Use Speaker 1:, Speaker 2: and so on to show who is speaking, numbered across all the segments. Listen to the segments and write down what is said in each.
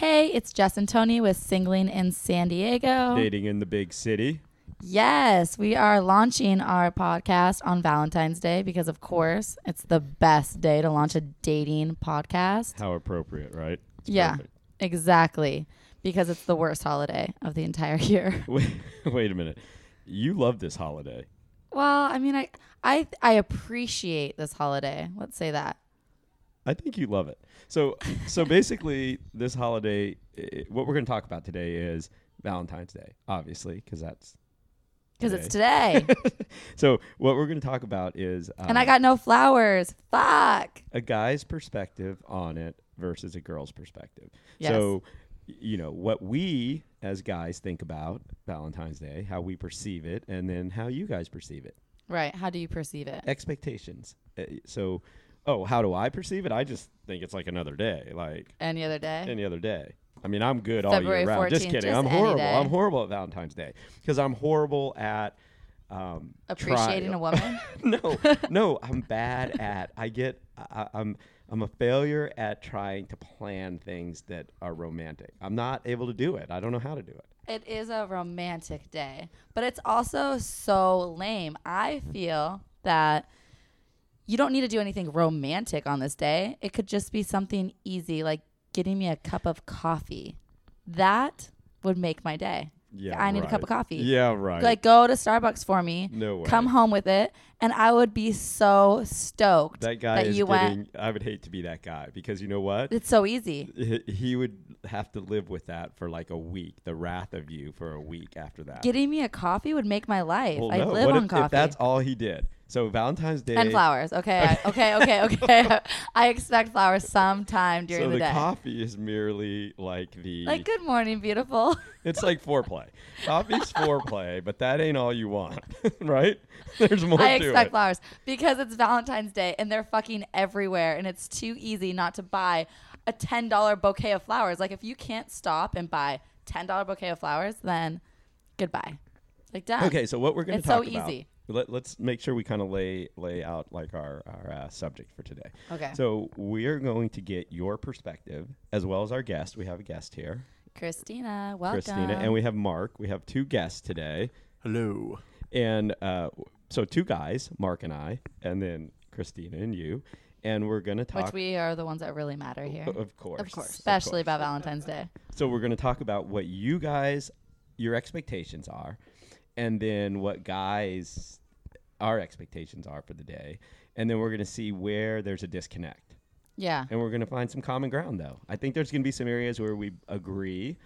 Speaker 1: Jess and Tony with Singling in San Diego.
Speaker 2: Dating in the big city.
Speaker 1: Yes, we are launching our podcast on Valentine's Day because, of course, it's the best day to launch a dating podcast.
Speaker 2: How appropriate, right? It's
Speaker 1: yeah,
Speaker 2: perfect.
Speaker 1: exactly. Because it's the worst holiday of the entire year.
Speaker 2: Wait, wait a minute. You love this holiday.
Speaker 1: Well, I mean, I, I, I appreciate this holiday. Let's say that.
Speaker 2: I think you love it. So, so basically, this holiday, i what we're going to talk about today is Valentine's Day, obviously, because that's
Speaker 1: Because it's today.
Speaker 2: so. What we're going to talk about is uh,
Speaker 1: and I got no flowers. Fuck.
Speaker 2: a guy's perspective on it versus a girl's perspective.
Speaker 1: Yes.
Speaker 2: So, y- you know, what we as guys think about Valentine's Day, how we perceive it, and then how you guys perceive it.
Speaker 1: Right. How do you perceive it?
Speaker 2: Expectations. Uh, so, oh, how do I perceive it? I just think it's like another day, like
Speaker 1: Any other day?
Speaker 2: any other day. I mean, I'm good all
Speaker 1: February
Speaker 2: year round. Just
Speaker 1: 14th,
Speaker 2: kidding.
Speaker 1: just
Speaker 2: I'm
Speaker 1: any
Speaker 2: horrible.
Speaker 1: day.
Speaker 2: I'm horrible at Valentine's Day because I'm horrible at um,
Speaker 1: Appreciating
Speaker 2: trying-
Speaker 1: a woman?
Speaker 2: no, no, I'm bad at. I get. I, I- I'm. I'm a failure at trying to plan things that are romantic. I'm not able to do it. I don't know how to do it.
Speaker 1: It is a romantic day, but it's also so lame. I feel that you don't need to do anything romantic on this day. It could just be something easy like getting me a cup of coffee. That would make my day. I need a cup of coffee.
Speaker 2: Yeah, right.
Speaker 1: Like go to Starbucks for me.
Speaker 2: No way.
Speaker 1: Come home with it and I would be so stoked
Speaker 2: that guy is
Speaker 1: you
Speaker 2: getting.
Speaker 1: went.
Speaker 2: I would hate to be that guy because you know what?
Speaker 1: It's so easy.
Speaker 2: H- He would have to live with that for like a week. The wrath of you for a week after that.
Speaker 1: Getting me a coffee would make my life.
Speaker 2: Well,
Speaker 1: I
Speaker 2: no.
Speaker 1: live
Speaker 2: what
Speaker 1: on
Speaker 2: if,
Speaker 1: coffee.
Speaker 2: if that's all he did? So Valentine's Day
Speaker 1: and flowers. Okay, I- okay, okay, okay. I expect flowers sometime during
Speaker 2: So
Speaker 1: the,
Speaker 2: the
Speaker 1: day.
Speaker 2: coffee is merely like the
Speaker 1: like, good morning, beautiful.
Speaker 2: It's like foreplay. Coffee's foreplay, but that ain't all you want, right? There's more
Speaker 1: I
Speaker 2: to
Speaker 1: expect
Speaker 2: it.
Speaker 1: flowers because it's Valentine's Day and they're fucking everywhere, and it's too easy not to buy a ten dollar bouquet of flowers. Like, if you can't stop and buy ten dollar bouquet of flowers, then goodbye. Like, done.
Speaker 2: Okay, so what we're going to
Speaker 1: It's so
Speaker 2: talk about.
Speaker 1: easy.
Speaker 2: Let, let's make sure we kind of lay lay out like our our uh, subject for today.
Speaker 1: Okay.
Speaker 2: So we're going to get your perspective as well as our guest. We have a guest here,
Speaker 1: Christina, welcome.
Speaker 2: Christina, and we have Mark. We have two guests today,
Speaker 3: Hello.
Speaker 2: and uh, w- so two guys, Mark and I, and then Christina and you, and we're going to talk.
Speaker 1: which we are the ones that really matter here,
Speaker 2: of course,
Speaker 1: of course, especially about Valentine's Day.
Speaker 2: So we're going to talk about what you guys, your expectations are, and then what guys, our expectations are for the day, and then we're going to see where there's a disconnect,
Speaker 1: Yeah.
Speaker 2: and we're going to find some common ground. Though I think there's going to be some areas where we agree,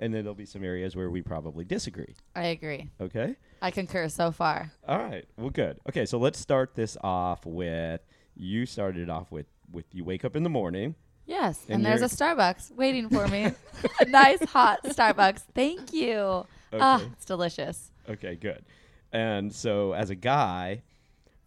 Speaker 2: and then there'll be some areas where we probably disagree.
Speaker 1: I agree.
Speaker 2: Okay.
Speaker 1: I concur so far.
Speaker 2: All right. Well, good. Okay, so let's start this off with you started it off with with you wake up in the morning.
Speaker 1: Yes, and,
Speaker 2: And
Speaker 1: there's a
Speaker 2: you're-
Speaker 1: Starbucks waiting for me. a nice hot Starbucks. Thank you. Ah,
Speaker 2: Okay.
Speaker 1: it's delicious.
Speaker 2: Okay, good. And so as a guy,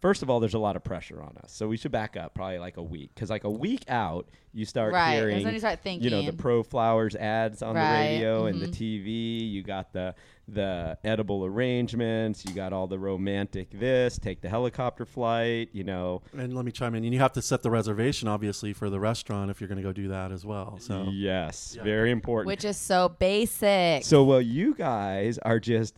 Speaker 2: first of all, there's a lot of pressure on us. So we should back up probably like a week because like a week out, you start
Speaker 1: Right, that's when
Speaker 2: hearing,
Speaker 1: you start
Speaker 2: know, the
Speaker 1: thinking.
Speaker 2: pro flowers ads on
Speaker 1: Right, mm-hmm.
Speaker 2: the radio and the TV. You got the the edible arrangements. You got all the romantic this. Take the helicopter flight. You know.
Speaker 3: And let me chime in. And you have to set the reservation, obviously, for the restaurant if you're going to go do that as well. So
Speaker 2: Yes, very important.
Speaker 1: Which is so basic.
Speaker 2: So, well, you guys are just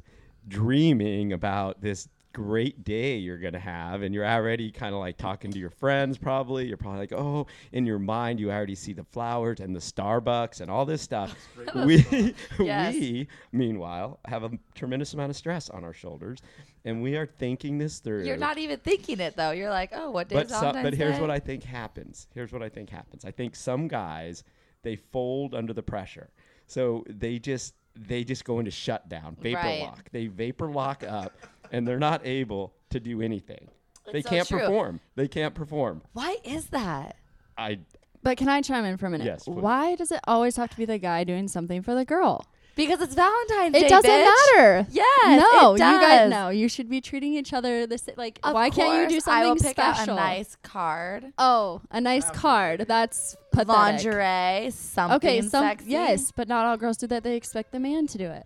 Speaker 2: dreaming about this great day you're going to have, and you're already kind of like talking to your friends, probably. You're probably like, oh, in your mind, you already see the flowers and the Starbucks and all this stuff. We,
Speaker 1: Yes.
Speaker 2: we, meanwhile, have a tremendous amount of stress on our shoulders, and we are thinking this through.
Speaker 1: You're not even thinking it though. You're like, oh, what day
Speaker 2: But,
Speaker 1: is
Speaker 2: so,
Speaker 1: Valentine's
Speaker 2: but here's
Speaker 1: Day?
Speaker 2: what I think happens. Here's what I think happens. I think some guys they fold under the pressure, so they just they just go into shutdown, vapor
Speaker 1: Right.
Speaker 2: lock. They vapor lock up, and they're not able to do anything. they
Speaker 1: so
Speaker 2: can't
Speaker 1: true.
Speaker 2: perform. They can't perform.
Speaker 1: Why is that?
Speaker 2: I
Speaker 4: But can I chime in for a minute?
Speaker 2: Yes, please.
Speaker 4: Why does it always have to be the guy doing something for the girl?
Speaker 1: Because it's Valentine's Day.
Speaker 4: it doesn't
Speaker 1: bitch.
Speaker 4: matter.
Speaker 1: Yes, it
Speaker 4: No, you guys
Speaker 1: does.
Speaker 4: no. You should be treating each other the same. Like,
Speaker 1: Of
Speaker 4: why can't you do
Speaker 1: course,
Speaker 4: something
Speaker 1: I will pick out
Speaker 4: special?
Speaker 1: a nice card,
Speaker 4: oh, a nice card. That's pathetic.
Speaker 1: lingerie, something
Speaker 4: Okay, some
Speaker 1: sexy.
Speaker 4: yes, but not all girls do that. They expect the man to do it.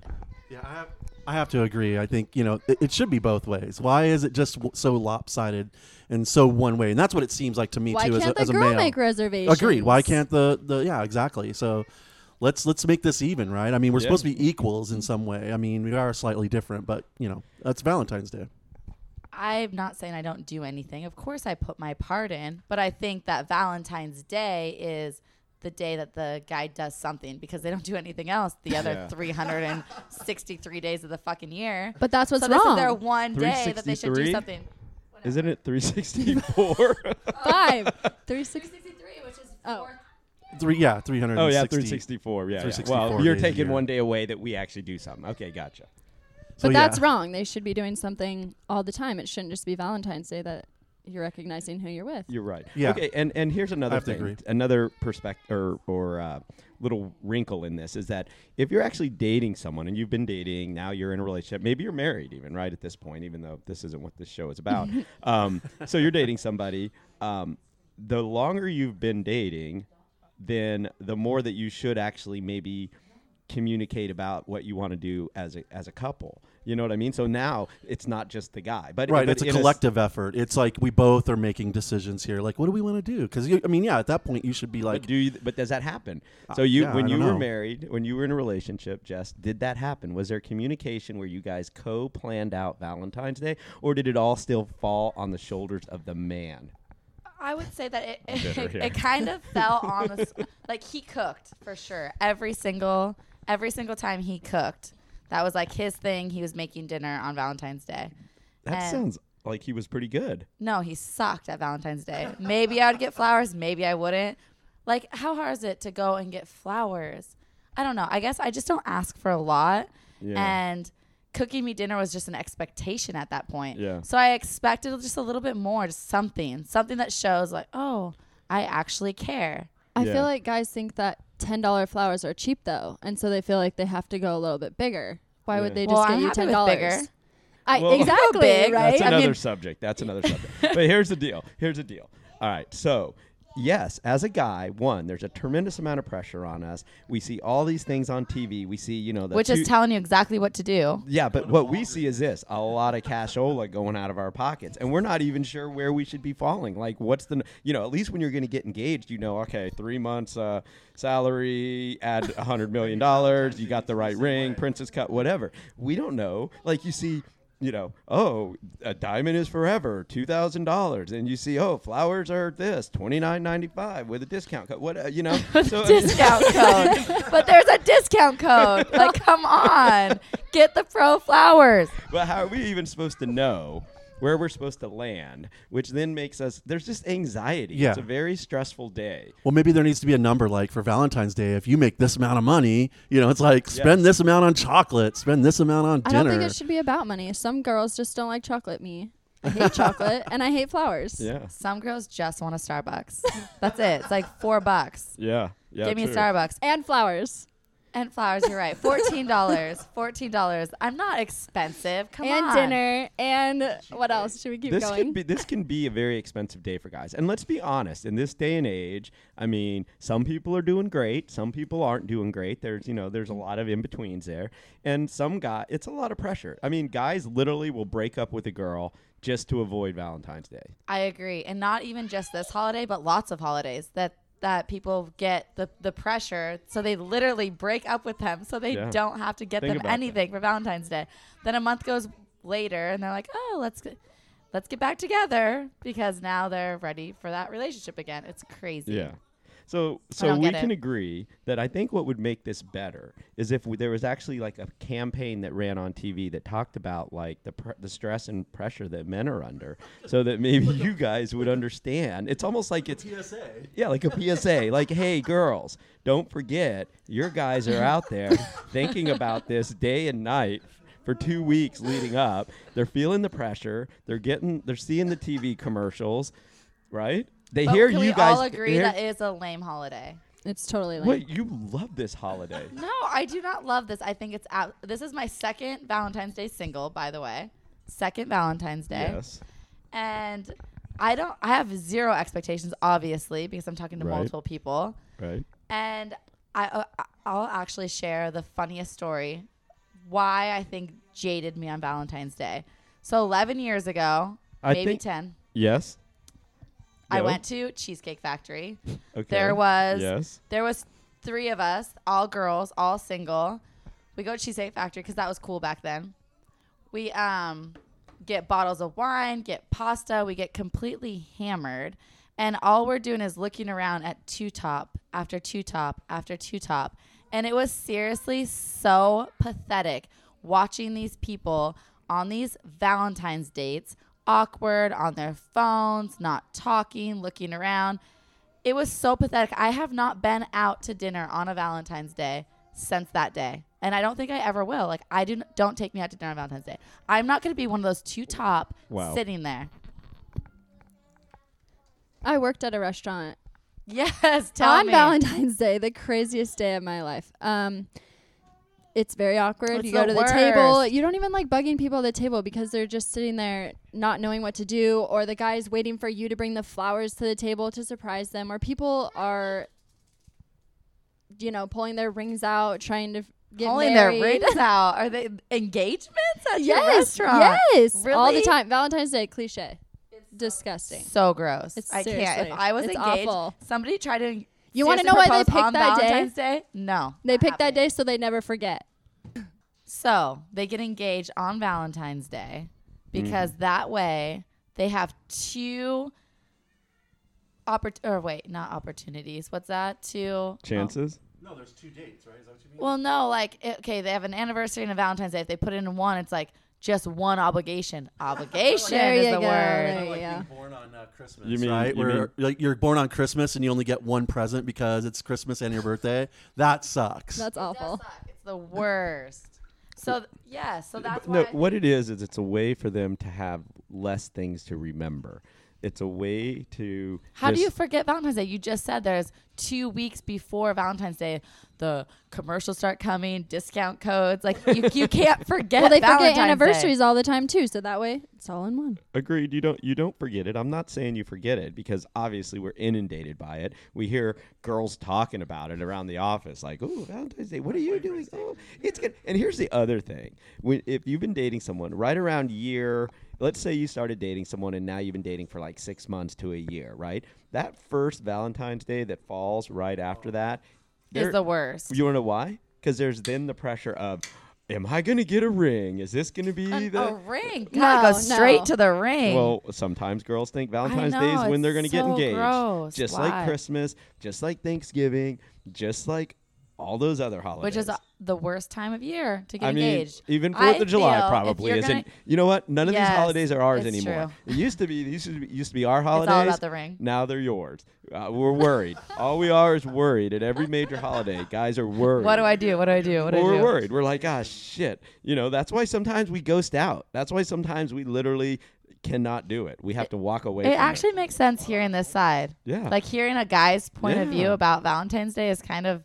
Speaker 3: yeah, I have, I have to agree. I think, you know, it, it should be both ways. Why is it just w- so lopsided and so one way? And that's what it seems like to me,
Speaker 4: why
Speaker 3: too,
Speaker 4: can't
Speaker 3: as a,
Speaker 4: the
Speaker 3: as a
Speaker 4: girl
Speaker 3: male.
Speaker 4: make reservations?
Speaker 3: Agreed. Why can't the, the, yeah, exactly. So let's let's make this even, right? I mean, we're
Speaker 2: Yeah.
Speaker 3: supposed to be equals in some way. I mean, we are slightly different, but you know, that's Valentine's Day.
Speaker 1: I'm not saying I don't do anything. Of course, I put my part in, but I think that Valentine's Day is the day that the guy does something because they don't do anything else the other
Speaker 2: Yeah.
Speaker 1: 363 days of the fucking year.
Speaker 4: But that's what's
Speaker 1: so this
Speaker 4: wrong.
Speaker 1: is their one day that they should do
Speaker 2: 363?
Speaker 1: something.
Speaker 2: Isn't it 364?
Speaker 4: Five, three, six.
Speaker 1: 363, which is
Speaker 4: Oh.
Speaker 1: fourth.
Speaker 3: Three, yeah, three hundred.
Speaker 2: oh yeah, 364. Yeah, yeah.
Speaker 3: 364
Speaker 2: Well, you're
Speaker 3: days a
Speaker 2: taking
Speaker 3: year.
Speaker 2: one day away that we actually do something. Okay, gotcha.
Speaker 3: So
Speaker 4: But
Speaker 3: yeah.
Speaker 4: that's wrong. They should be doing something all the time. It shouldn't just be Valentine's Day that you're recognizing who you're with.
Speaker 2: You're right.
Speaker 3: Yeah.
Speaker 2: Okay, and, and here's another
Speaker 3: have to
Speaker 2: thing.
Speaker 3: agree.
Speaker 2: Another perspective or, or uh, little wrinkle in this is that if you're actually dating someone and you've been dating, now you're in a relationship, maybe you're married even, right, at this point, even though this isn't what this show is about. um, so you're dating somebody. Um, the longer you've been dating, then the more that you should actually maybe communicate about what you want to do as a, as a couple. You know what I mean? So now it's not just the guy, but
Speaker 3: Right,
Speaker 2: but
Speaker 3: it's a
Speaker 2: in
Speaker 3: collective effort. It's like we both are making decisions here. Like, what do we want to do? Because I mean, yeah, at that point, you should be like,
Speaker 2: but do you, but does that happen? So you
Speaker 3: yeah,
Speaker 2: when
Speaker 3: I
Speaker 2: you
Speaker 3: don't
Speaker 2: were
Speaker 3: know.
Speaker 2: married, when you were in a relationship, Jess, did that happen? Was there communication where you guys co-planned out Valentine's Day or did it all still fall on the shoulders of the man?
Speaker 1: I would say that it, it,
Speaker 2: bitter, yeah.
Speaker 1: it kind of fell on the s- like he cooked for sure every single every single time he cooked. That was like his thing. He was making dinner on Valentine's Day.
Speaker 2: That
Speaker 1: And-
Speaker 2: sounds like he was pretty good.
Speaker 1: No, he sucked at Valentine's Day. Maybe I would get flowers, maybe I wouldn't. Like, how hard is it to go and get flowers? I don't know. I guess I just don't ask for a lot.
Speaker 2: Yeah.
Speaker 1: And cooking me dinner was just an expectation at that point.
Speaker 2: Yeah.
Speaker 1: So I expected just a little bit more, just something, something that shows, like, oh, I actually care.
Speaker 4: I
Speaker 2: Yeah.
Speaker 4: feel like guys think that ten dollar flowers are cheap though, and so they feel like they have to go a little bit bigger. Why
Speaker 2: Yeah.
Speaker 4: would they just
Speaker 1: Well,
Speaker 4: get
Speaker 1: I'm
Speaker 4: you
Speaker 1: happy
Speaker 4: ten
Speaker 1: with bigger.
Speaker 4: dollars? I
Speaker 2: Well-
Speaker 4: exactly
Speaker 1: Big,
Speaker 4: right.
Speaker 2: That's
Speaker 1: I
Speaker 2: another
Speaker 1: mean-
Speaker 2: subject. That's another subject. But here's the deal. Here's the deal. All right. So, yes, as a guy, one, there's a tremendous amount of pressure on us. We see all these things on TV. We see, you know, the
Speaker 1: Which
Speaker 2: two-
Speaker 1: is telling you exactly what to do.
Speaker 2: Yeah, but what we see is this: a lot of cashola going out of our pockets, and we're not even sure where we should be falling. Like, what's the you know? At least when you're going to get engaged, you know, okay, three months uh, salary, add a hundred million dollars, you got the right ring, princess cut, whatever. We don't know. Like, you see. You know, oh, a diamond is forever, two thousand dollars, and you see, oh, flowers are this twenty nine ninety five with a discount code. What uh, you know? So
Speaker 1: discount code. but there's a discount code. Like, come on. Get the pro flowers.
Speaker 2: but how are we even supposed to know where we're supposed to land? Which then makes us there's just anxiety.
Speaker 3: Yeah.
Speaker 2: It's a very stressful day.
Speaker 3: well, maybe there needs to be a number like for Valentine's Day. If you make this amount of money, you know, it's like spend
Speaker 2: Yes.
Speaker 3: this amount on chocolate, spend this amount on
Speaker 4: I
Speaker 3: dinner.
Speaker 4: don't think it should be about money. Some girls just don't like chocolate. Me, I hate chocolate and I hate flowers.
Speaker 2: Yeah.
Speaker 1: Some girls just want a Starbucks. That's it. It's like four bucks.
Speaker 2: Yeah. Yeah.
Speaker 1: Give me a Starbucks
Speaker 4: and flowers
Speaker 1: and flowers. You're right. Fourteen dollars. Fourteen dollars. I'm not expensive. Come
Speaker 4: and
Speaker 1: on.
Speaker 4: dinner and what else? Should we keep
Speaker 2: This
Speaker 4: going?
Speaker 2: can be this can be a very expensive day for guys. And let's be honest, in this day and age, I mean, some people are doing great, some people aren't doing great. There's you know, there's a lot of in betweens there. And some guy it's a lot of pressure. I mean, guys literally will break up with a girl just to avoid Valentine's Day.
Speaker 1: I agree, and not even just this holiday, but lots of holidays that that people get the the pressure, so they literally break up with them, so they
Speaker 2: Yeah.
Speaker 1: don't have to get
Speaker 2: Think
Speaker 1: them
Speaker 2: about that.
Speaker 1: anything for Valentine's Day. Then a month goes later, and they're like, oh, let's. Get, Let's get back together because now they're ready for that relationship again. It's crazy.
Speaker 2: Yeah. So so
Speaker 1: don't
Speaker 2: we
Speaker 1: get it.
Speaker 2: can agree that I think what would make this better is if we, there was actually like a campaign that ran on TV that talked about like the pr- the stress and pressure that men are under, so that maybe you guys would understand. It's almost like it's yeah, like a PSA. Like, hey, girls, don't forget your guys are out there thinking about this day and night for two weeks leading up. They're feeling the pressure. They're getting. They're seeing the TV commercials, right? They
Speaker 1: But
Speaker 2: hear
Speaker 1: can
Speaker 2: you
Speaker 1: we
Speaker 2: guys.
Speaker 1: all agree
Speaker 2: hear-
Speaker 1: that it is a lame holiday?
Speaker 4: it's totally lame.
Speaker 2: Wait, you love this holiday?
Speaker 1: No, I do not love this. I think it's out. This is my second Valentine's Day single, by the way. Second Valentine's Day.
Speaker 2: Yes.
Speaker 1: And I don't I have zero expectations obviously because I'm talking to
Speaker 2: Right.
Speaker 1: multiple people.
Speaker 2: Right.
Speaker 1: And I uh, I'll actually share the funniest story why I think jaded me on Valentine's Day. So 11 years ago,
Speaker 2: I
Speaker 1: maybe
Speaker 2: think-
Speaker 1: 10,
Speaker 2: Yes.
Speaker 1: I
Speaker 2: No.
Speaker 1: went to Cheesecake Factory.
Speaker 2: Okay.
Speaker 1: There was
Speaker 2: Yes.
Speaker 1: there was three of us, all girls, all single. We go to Cheesecake Factory because that was cool back then. We um get bottles of wine, get pasta, we get completely hammered, and all we're doing is looking around at two top after two top after two top. And it was seriously so pathetic watching these people on these Valentine's dates, awkward on their phones, not talking, looking around. It was so pathetic. I have not been out to dinner on a Valentine's Day since that day. And I don't think I ever will. Like I do n- don't take me out to dinner on Valentine's Day. I'm not going to be one of those two top
Speaker 2: Wow.
Speaker 1: sitting there.
Speaker 4: I worked at a restaurant
Speaker 1: Yes, tell
Speaker 4: on
Speaker 1: me.
Speaker 4: Valentine's Day, the craziest day of my life. Um, it's very awkward.
Speaker 1: It's
Speaker 4: you go
Speaker 1: the
Speaker 4: to the table.
Speaker 1: worst.
Speaker 4: You don't even like bugging people at the table because they're just sitting there not knowing what to do, or the guy's waiting for you to bring the flowers to the table to surprise them, or people are, you know, pulling their rings out, trying to f- get
Speaker 1: Pulling their
Speaker 4: married.
Speaker 1: rings out. Are they engagements at your
Speaker 4: yes,
Speaker 1: restaurant?
Speaker 4: yes, all the
Speaker 1: Really?
Speaker 4: time. Valentine's Day cliche, disgusting.
Speaker 1: So gross.
Speaker 4: It's
Speaker 1: I can't.
Speaker 4: seriously-
Speaker 1: If I was
Speaker 4: it's
Speaker 1: engaged,
Speaker 4: awful.
Speaker 1: somebody tried to.
Speaker 4: You wanna
Speaker 1: seriously
Speaker 4: know why they
Speaker 1: propose
Speaker 4: picked
Speaker 1: on
Speaker 4: that day?
Speaker 1: Valentine's Day? No.
Speaker 4: They
Speaker 1: not
Speaker 4: pick that
Speaker 1: happening.
Speaker 4: day so they never forget.
Speaker 1: So they get engaged on Valentine's Day because that way they have two. Oppor- or wait, not opportunities. What's that? Two
Speaker 2: Chances?
Speaker 1: Oh,
Speaker 3: No, there's two dates, right? Is that what you mean?
Speaker 1: Well, no, like it- okay, they have an anniversary and a Valentine's Day. If they put it in one, it's like just one obligation. Obligation
Speaker 4: There
Speaker 1: is
Speaker 4: you
Speaker 1: the
Speaker 4: go.
Speaker 1: word.
Speaker 4: There you go.
Speaker 3: born on uh, Christmas,
Speaker 2: You mean-
Speaker 3: right?
Speaker 2: you
Speaker 3: Where
Speaker 2: mean-
Speaker 3: like you're born on Christmas and you only get one present because it's Christmas and your birthday. That sucks.
Speaker 4: That's awful.
Speaker 1: It's the worst. So th- yeah, so that's
Speaker 2: no,
Speaker 1: why. I-
Speaker 2: what it is is it's a way for them to have less things to remember. It's a way to
Speaker 1: How do you
Speaker 2: just-
Speaker 1: forget Valentine's Day? You just said there's two weeks before Valentine's Day, the commercials start coming, discount codes. Like you, you can't forget.
Speaker 4: Well, they
Speaker 1: Valentine's
Speaker 4: forget anniversaries
Speaker 1: Day.
Speaker 4: all the time too, so that way it's all in one.
Speaker 2: Agreed. You don't. You don't forget it. I'm not saying you forget it because obviously we're inundated by it. We hear girls talking about it around the office, like, "Oh, Valentine's Day. What are you doing? Oh, it's good." And here's the other thing: when if you've been dating someone right around year, let's say you started dating someone and now you've been dating for like six months to a year, right? That first Valentine's Day that falls right after that
Speaker 1: Is
Speaker 2: there-
Speaker 1: the worst.
Speaker 2: You want to know why? Because there's then the pressure of, "Am I going to get a ring? Is this going to be the?"
Speaker 1: a ring. God, it
Speaker 4: No,
Speaker 1: goes straight
Speaker 4: no.
Speaker 1: to the ring.
Speaker 2: Well, sometimes girls think Valentine's
Speaker 1: know,
Speaker 2: Day is when
Speaker 1: it's
Speaker 2: they're going to get
Speaker 1: so
Speaker 2: engaged.
Speaker 1: gross.
Speaker 2: Just
Speaker 1: Why?
Speaker 2: like Christmas, just like Thanksgiving, just like all those other holidays.
Speaker 1: which is uh, the worst time of year to get
Speaker 2: I mean,
Speaker 1: engaged.
Speaker 2: even
Speaker 1: I
Speaker 2: Fourth of July
Speaker 1: feel if
Speaker 2: probably
Speaker 1: you're
Speaker 2: isn't.
Speaker 1: gonna-
Speaker 2: you know what? None of
Speaker 1: Yes,
Speaker 2: these holidays are ours
Speaker 1: it's
Speaker 2: anymore.
Speaker 1: true.
Speaker 2: It used to be. These used to be, used to be our
Speaker 1: all
Speaker 2: holidays.
Speaker 1: about the ring.
Speaker 2: Now they're yours. Uh, we're worried. all we are is worried. At every major holiday, guys are worried.
Speaker 1: What do I do? What do I do? What do
Speaker 2: Well,
Speaker 1: I
Speaker 2: we're
Speaker 1: do?
Speaker 2: worried. We're like, ah, shit. You know, that's why sometimes we ghost out. That's why sometimes we literally cannot do it. We have to walk away.
Speaker 1: It
Speaker 2: from
Speaker 1: actually makes sense hearing this side.
Speaker 2: Yeah.
Speaker 1: Like hearing a guy's point of view
Speaker 2: Yeah.
Speaker 1: about Valentine's Day is kind of,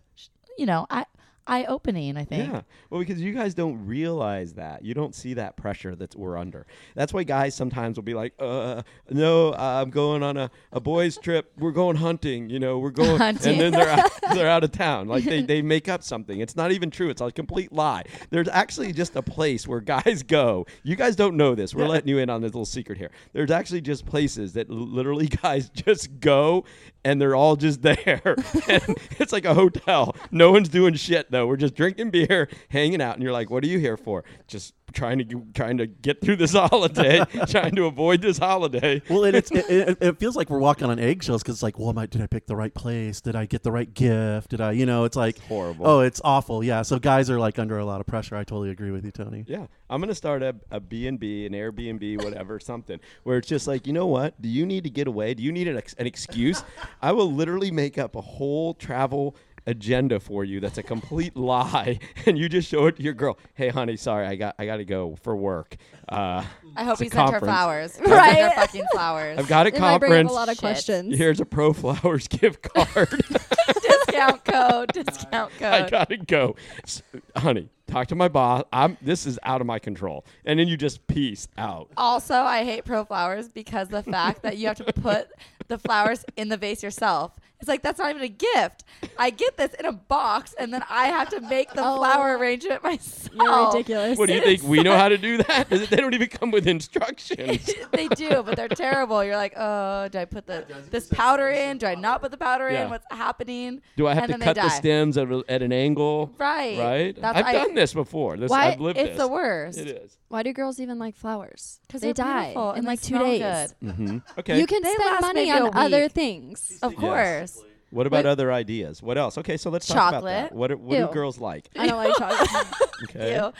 Speaker 1: you know, eye eye opening. I think.
Speaker 2: Yeah. Well, because you guys don't realize that. You don't see that pressure that we're under. That's why guys sometimes will be like, uh, no, I'm going on a, a boys' trip. We're going hunting. You know, we're going.
Speaker 1: Hunting.
Speaker 2: And then they're out, they're out of town. Like they, they make up something. It's not even true. It's a complete lie. There's actually just a place where guys go. You guys don't know this. We're letting you in on this little secret here. There's actually just places that l- literally guys just go and they're all just there. and it's like a hotel. No one's doing shit though. We're just drinking beer, hanging out, and you're like, "What are you here for?" Just trying to g- trying to get through this holiday, trying to avoid this holiday.
Speaker 3: Well, and it's, it, it, it feels like we're walking on eggshells because it's like, well, am I, did I pick the right place? Did I get the right gift? Did I, you know, it's like
Speaker 2: horrible.
Speaker 3: Oh, it's awful. Yeah. So guys are like under a lot of pressure. I totally agree with you, Tony.
Speaker 2: Yeah, I'm gonna start a, a B&B, an Airbnb, whatever, something where it's just like, you know what? Do you need to get away? Do you need an, ex- an excuse? I will literally make up a whole travel agenda for you that's a complete lie, and you just show it to your girl. Hey, honey, sorry, I got I gotta go for work. Uh,
Speaker 1: I hope
Speaker 2: it's a
Speaker 1: he sent her
Speaker 2: conference.
Speaker 1: flowers.
Speaker 4: Right.
Speaker 1: Right. Her fucking flowers.
Speaker 2: I've got a
Speaker 4: It might
Speaker 2: conference.
Speaker 4: bring up a lot of
Speaker 1: Shit.
Speaker 4: questions.
Speaker 2: Here's a Pro Flowers gift card.
Speaker 1: discount code. Discount
Speaker 2: I
Speaker 1: code.
Speaker 2: gotta go, S- honey. Talk to my boss. I'm. This is out of my control. And then you just peace out.
Speaker 1: also, I hate pro flowers because the fact that you have to put the flowers in the vase yourself. It's like that's not even a gift. I get this in a box, and then I have to make the
Speaker 4: Oh.
Speaker 1: flower arrangement myself.
Speaker 4: You're ridiculous.
Speaker 2: What do you think? We know how to do that? They don't even come with instructions.
Speaker 1: they do, but they're terrible. You're like, oh, do I put the this powder in? Do I not put the powder
Speaker 2: Yeah.
Speaker 1: in? What's happening?
Speaker 2: Do I have
Speaker 1: and
Speaker 2: to
Speaker 1: then
Speaker 2: cut
Speaker 1: they
Speaker 2: the
Speaker 1: die.
Speaker 2: stems at, a- at an angle?
Speaker 1: Right.
Speaker 2: Right?
Speaker 1: That's-
Speaker 2: I've
Speaker 1: I-
Speaker 2: done this before. This
Speaker 4: Why-
Speaker 2: I've lived
Speaker 1: it's
Speaker 2: this.
Speaker 1: the worst.
Speaker 2: It is.
Speaker 4: Why do girls even like flowers?
Speaker 1: Because
Speaker 4: they die in like two days.
Speaker 2: Mm-hmm. Okay.
Speaker 4: You can
Speaker 1: They
Speaker 4: spend
Speaker 1: last
Speaker 4: money
Speaker 1: maybe a
Speaker 4: on
Speaker 1: week. Oh,
Speaker 4: other things.
Speaker 1: Of
Speaker 2: Yes.
Speaker 1: course.
Speaker 2: what about
Speaker 4: Wait.
Speaker 2: other ideas? What else? Okay, so let's talk about that.
Speaker 1: Chocolate.
Speaker 2: What, do- what do
Speaker 4: Ew.
Speaker 2: girls like?
Speaker 4: I don't like chocolate.
Speaker 2: Okay.
Speaker 1: Ew.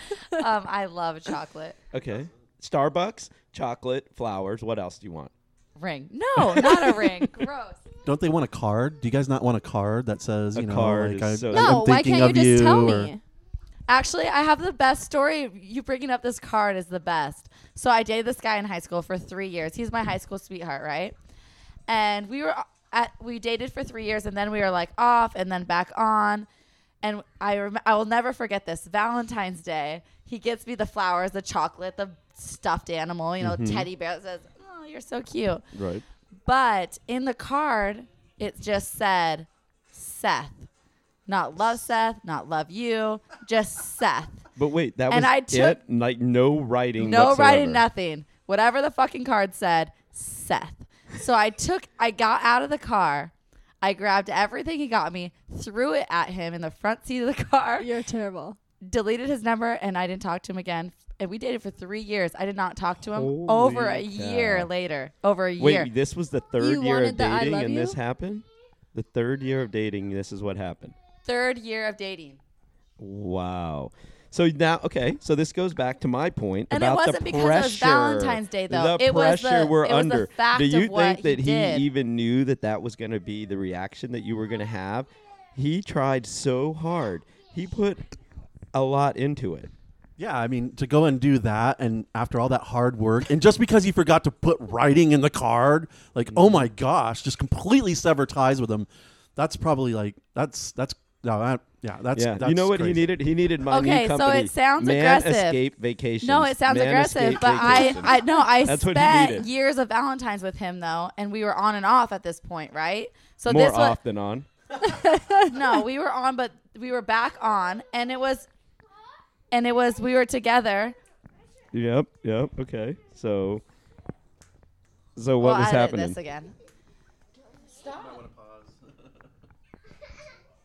Speaker 1: Um, I love chocolate.
Speaker 2: Okay. Starbucks, chocolate, flowers. What else do you want?
Speaker 1: Ring. No, not a ring. Gross.
Speaker 3: Don't they want a card? Do you guys not want a card that says,
Speaker 2: A
Speaker 3: you know,
Speaker 2: card
Speaker 3: like
Speaker 2: is
Speaker 3: I,
Speaker 2: so-
Speaker 3: I'm
Speaker 4: no, why
Speaker 3: thinking
Speaker 4: can't
Speaker 3: of
Speaker 4: you just tell
Speaker 3: or-
Speaker 4: me?
Speaker 1: Actually, I have the best story. You bringing up this card is the best. So I dated this guy in high school for three years. He's my high school sweetheart, right? And we were at we dated for three years, and then we were like off, and then back on. And I rem- I will never forget this Valentine's Day. He gets me the flowers, the chocolate, the stuffed animal, you know, teddy bear. It says, "Oh, you're so cute."
Speaker 2: Right.
Speaker 1: But in the card, it just said Seth. Not love Seth, not love you, just Seth.
Speaker 2: But wait, that
Speaker 1: And
Speaker 2: was
Speaker 1: I took-
Speaker 2: it. Like no writing.
Speaker 1: No writing,
Speaker 2: whatsoever.
Speaker 1: nothing. Whatever the fucking card said, Seth. So I took, I got out of the car. I grabbed everything he got me, threw it at him in the front seat of the car,
Speaker 4: You're terrible.
Speaker 1: deleted his number, and I didn't talk to him again. And we dated for three years. I did not talk to him
Speaker 2: Holy
Speaker 1: over a
Speaker 2: cow.
Speaker 1: year later. Over a
Speaker 2: Wait,
Speaker 1: year.
Speaker 2: this was the third year of
Speaker 4: wanted the I
Speaker 2: dating,
Speaker 4: love
Speaker 2: and this
Speaker 4: you?
Speaker 2: happened. The third year of dating, this is what happened.
Speaker 1: Third year of dating.
Speaker 2: Wow. So now, okay, so this goes back to my point
Speaker 1: And it
Speaker 2: about
Speaker 1: wasn't
Speaker 2: the
Speaker 1: because it
Speaker 2: pressure.
Speaker 1: was Valentine's Day, though.
Speaker 2: The
Speaker 1: It was
Speaker 2: pressure
Speaker 1: the-
Speaker 2: we're
Speaker 1: it was the
Speaker 2: under.
Speaker 1: fact
Speaker 2: Do
Speaker 1: of
Speaker 2: you
Speaker 1: what
Speaker 2: think that
Speaker 1: he
Speaker 2: he
Speaker 1: did.
Speaker 2: even knew that that was going to be the reaction that you were going to have? He tried so hard. He put a lot into it.
Speaker 3: Yeah, I mean, to go and do that, and after all that hard work, and just because you forgot to put writing in the card, like, oh
Speaker 2: Mm-hmm.
Speaker 3: my gosh, just completely sever ties with them. That's probably like that's that's no, that, yeah, that's
Speaker 2: yeah,
Speaker 3: That's
Speaker 2: you know what
Speaker 3: crazy.
Speaker 2: he needed? He needed my
Speaker 1: Okay,
Speaker 2: new
Speaker 1: so
Speaker 2: company.
Speaker 1: it sounds
Speaker 2: Man
Speaker 1: aggressive.
Speaker 2: escape vacations.
Speaker 1: No, it sounds
Speaker 2: Man
Speaker 1: aggressive,
Speaker 2: Escape
Speaker 1: but I,
Speaker 2: Vacations.
Speaker 1: I no, I
Speaker 2: That's what he
Speaker 1: spent
Speaker 2: needed.
Speaker 1: years of Valentines with him though, and we were on and off at this point, right? So
Speaker 2: more
Speaker 1: this was
Speaker 2: off than on.
Speaker 1: no, we were on, but we were back on, and it was, and it was we were together.
Speaker 2: Yep, yep. Okay, so, so what
Speaker 1: Well,
Speaker 2: was
Speaker 1: I did
Speaker 2: happening?
Speaker 1: This again.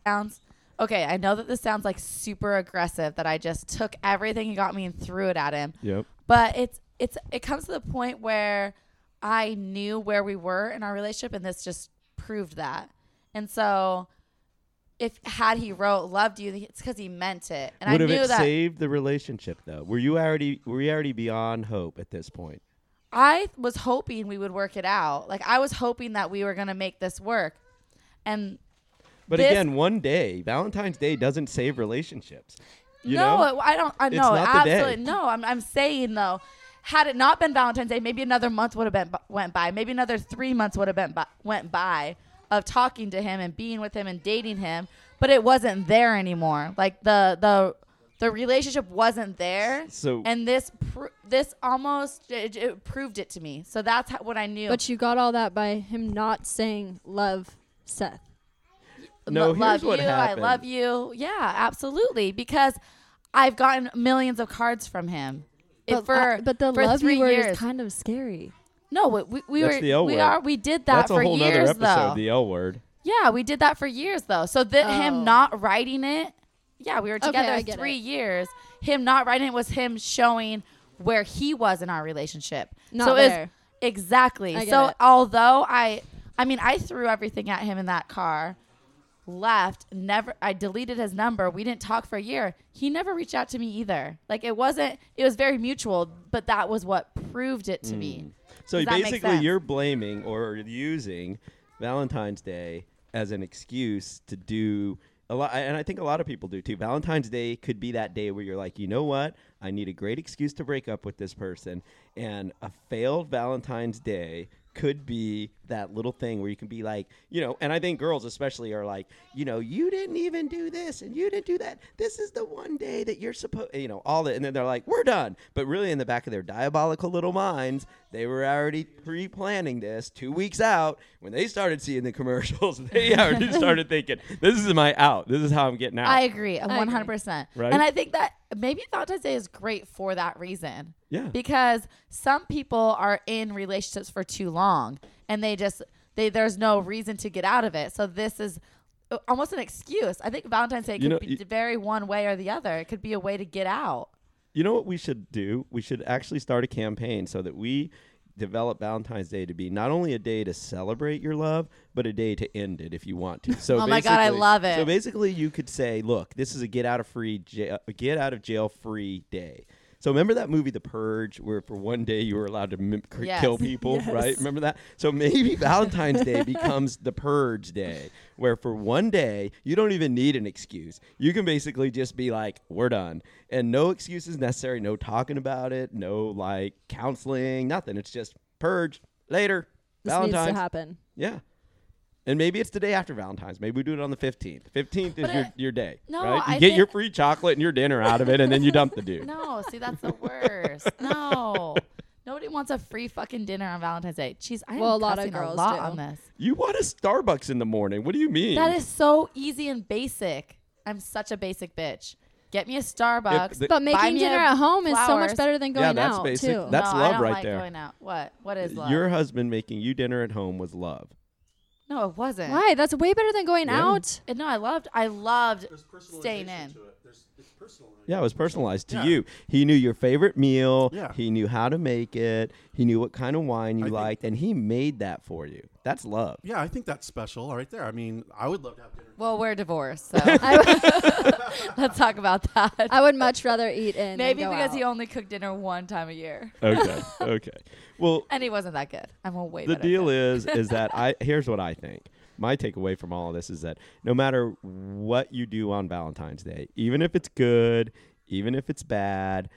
Speaker 1: Sounds okay. I know that this sounds like super aggressive that I just took everything he got me and threw it at him.
Speaker 2: Yep.
Speaker 1: but it's it's it comes to the point where I knew where we were in our relationship, and this just proved that. And so, if had he wrote "loved you," it's because he meant it, and
Speaker 2: Would
Speaker 1: I
Speaker 2: have
Speaker 1: knew
Speaker 2: it
Speaker 1: that
Speaker 2: saved the relationship though? Were you already were you already beyond hope at this point?
Speaker 1: I was hoping we would work it out. Like I was hoping that we were gonna make this work, and
Speaker 2: But
Speaker 1: This-
Speaker 2: again, one day Valentine's Day doesn't save relationships. You
Speaker 1: no,
Speaker 2: know?
Speaker 1: I don't. I
Speaker 2: It's
Speaker 1: know.
Speaker 2: not the day.
Speaker 1: Absolutely no. I'm, I'm saying though, had it not been Valentine's Day, maybe another month would have been went by. Maybe another three months would have been by, went by of talking to him and being with him and dating him. But it wasn't there anymore. Like the the the relationship wasn't there.
Speaker 2: So-
Speaker 1: and this pr- this almost it, it proved it to me. So that's how, what I knew.
Speaker 4: But you got all that by him not saying love Seth.
Speaker 2: No,
Speaker 1: lo-
Speaker 2: here's
Speaker 1: love
Speaker 2: what
Speaker 1: you.
Speaker 2: happened.
Speaker 1: I love you. Yeah, absolutely. Because I've gotten millions of cards from him. It-
Speaker 4: But,
Speaker 1: for
Speaker 4: I- but the
Speaker 1: for
Speaker 4: love
Speaker 1: three
Speaker 4: you word
Speaker 1: years.
Speaker 4: is kind of scary.
Speaker 1: no, we, we, we
Speaker 2: That's
Speaker 1: were
Speaker 2: the L
Speaker 1: we
Speaker 2: word.
Speaker 1: are we did that
Speaker 2: That's a
Speaker 1: for
Speaker 2: whole nother
Speaker 1: years
Speaker 2: episode,
Speaker 1: though.
Speaker 2: the L word.
Speaker 1: yeah, we did that for years though. So that
Speaker 4: Oh.
Speaker 1: him not writing it. Yeah, we were together
Speaker 4: I get
Speaker 1: three
Speaker 4: it.
Speaker 1: years. Him not writing it was him showing where he was in our relationship.
Speaker 4: Not
Speaker 1: so it was-
Speaker 4: there.
Speaker 1: exactly.
Speaker 4: I get
Speaker 1: so
Speaker 4: it.
Speaker 1: although I, I mean, I threw everything at him in that car left never i deleted his number we didn't talk for a year he never reached out to me either like it wasn't it was very mutual but that was what proved it to me
Speaker 2: So
Speaker 1: Does that make
Speaker 2: basically
Speaker 1: sense?
Speaker 2: you're blaming or using Valentine's Day as an excuse to do a lot and I think a lot of people do too. Valentine's Day could be that day where you're like, "You know what? I need a great excuse to break up with this person." And a failed Valentine's Day could be that little thing where you can be like, you know, and I think girls especially are like, you know, you didn't even do this and you didn't do that. This is the one day that you're supposed, you know, all that. And then they're like, we're done. But really, in the back of their diabolical little minds, they were already pre planning this two weeks out. When they started seeing the commercials, they already started thinking, this is my out. This is how I'm getting out.
Speaker 1: I agree, one
Speaker 4: agree.
Speaker 1: hundred percent.
Speaker 2: Right?
Speaker 1: And I think that maybe Valentine's Day is great for that reason.
Speaker 2: Yeah.
Speaker 1: Because some people are in relationships for too long, and they just they there's no reason to get out of it. So this is uh, almost an excuse. I think Valentine's Day could
Speaker 2: You know,
Speaker 1: be
Speaker 2: y-
Speaker 1: very one way or the other. It could be a way to get out.
Speaker 2: You know what we should do? We should actually start a campaign so that we develop Valentine's Day to be not only a day to celebrate your love, but a day to end it if you want to. So
Speaker 1: Oh my God, I
Speaker 2: basically-
Speaker 1: love it.
Speaker 2: So basically, you could say, "Look, this is a get out of free jail, get out of jail free day." So remember that movie The Purge where for one day you were allowed to mim- cr-
Speaker 1: Yes.
Speaker 2: kill people, right? Remember that? So maybe Valentine's Day becomes The Purge Day where for one day you don't even need an excuse. You can basically just be like, "We're done." And no excuses necessary, no talking about it, no like counseling, nothing. It's just purge later.
Speaker 4: This needs
Speaker 2: Valentine's.
Speaker 4: to happen.
Speaker 2: Yeah. And maybe it's the day after Valentine's. Maybe we do it on the 15th. 15th is
Speaker 1: But
Speaker 2: your,
Speaker 1: I-
Speaker 2: your day.
Speaker 1: No,
Speaker 2: right? You
Speaker 1: I
Speaker 2: get
Speaker 1: think-
Speaker 2: your free chocolate and your dinner out of it, and then you dump the dude.
Speaker 1: No, see that's the worst. No. Nobody wants a free fucking dinner on Valentine's Day. Jeez, I am
Speaker 4: Well, a lot of
Speaker 1: cussing
Speaker 4: girls
Speaker 1: a lot
Speaker 4: do.
Speaker 1: on this.
Speaker 2: You want a Starbucks in the morning. What do you mean?
Speaker 1: That is so easy and basic. I'm such a basic bitch. Get me a Starbucks.
Speaker 2: the-
Speaker 1: Buy
Speaker 4: But making
Speaker 1: me a
Speaker 4: dinner at home is so
Speaker 1: flowers.
Speaker 4: much better than going
Speaker 2: Yeah, that's
Speaker 4: out
Speaker 2: basic.
Speaker 4: too.
Speaker 2: That- That's
Speaker 1: no,
Speaker 2: love
Speaker 1: I don't
Speaker 2: right
Speaker 1: like
Speaker 2: there.
Speaker 1: Going out. What? What is love?
Speaker 2: your husband making you dinner at home was love.
Speaker 1: no, it wasn't.
Speaker 4: Why? That's way better than going
Speaker 2: Yeah.
Speaker 4: out.
Speaker 1: And No, I loved. I loved staying in.
Speaker 2: Yeah, it was personalized to
Speaker 3: Yeah.
Speaker 2: you. He knew your favorite meal.
Speaker 3: Yeah.
Speaker 2: He knew how to make it. He knew what kind of wine you
Speaker 3: I think-
Speaker 2: liked, and he made that for you. That's love.
Speaker 3: Yeah, I think that's special right there. I mean, I would love to have dinner.
Speaker 1: Well, we're divorced, so
Speaker 4: I, would,
Speaker 1: let's talk about that.
Speaker 4: I would much rather eat in.
Speaker 1: Maybe
Speaker 4: than go
Speaker 1: because
Speaker 4: out.
Speaker 1: he only cooked dinner one time a year,
Speaker 2: Okay. okay. Well,
Speaker 1: and he wasn't that good. I'm a way
Speaker 2: the
Speaker 1: better
Speaker 2: deal
Speaker 1: cook.
Speaker 2: is is that I here's what I think. My takeaway from all of this is that no matter what you do on Valentine's Day, even if it's good, even if it's bad,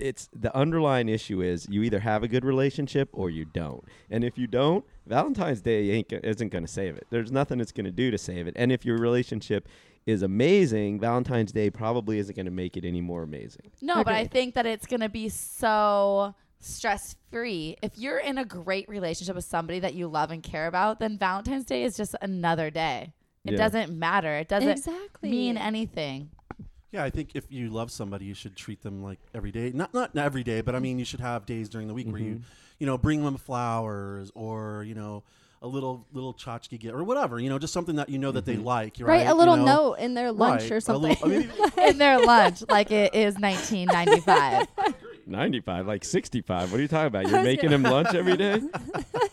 Speaker 2: it's the underlying issue is you either have a good relationship or you don't. And if you don't, Valentine's Day ain't, go- isn't going to save it. There's nothing it's going to do to save it. And if your relationship is amazing, Valentine's Day probably isn't going to make it any more amazing.
Speaker 1: No, but I
Speaker 4: Agreed.
Speaker 1: think that it's going to be so stress free. If you're in a great relationship with somebody that you love and care about, then Valentine's Day is just another day. It
Speaker 2: Yeah.
Speaker 1: doesn't matter. It doesn't
Speaker 4: Exactly.
Speaker 1: mean anything.
Speaker 3: Yeah, I think if you love somebody, you should treat them like every day. Not not every day, but I mean, you should have days during the week where
Speaker 2: Mm-hmm.
Speaker 3: you, you know, bring them flowers or you know, a little little tchotchke gift or whatever. You know, just something that you know
Speaker 2: Mm-hmm.
Speaker 3: that they like. Right,
Speaker 4: write a
Speaker 3: you
Speaker 4: little
Speaker 3: know?
Speaker 4: note in their lunch
Speaker 3: Right,
Speaker 4: or
Speaker 3: a
Speaker 4: something.
Speaker 3: little- I mean,
Speaker 1: In their lunch, like it is 1995.
Speaker 2: 95 like 65 what are you talking about you're making him lunch every day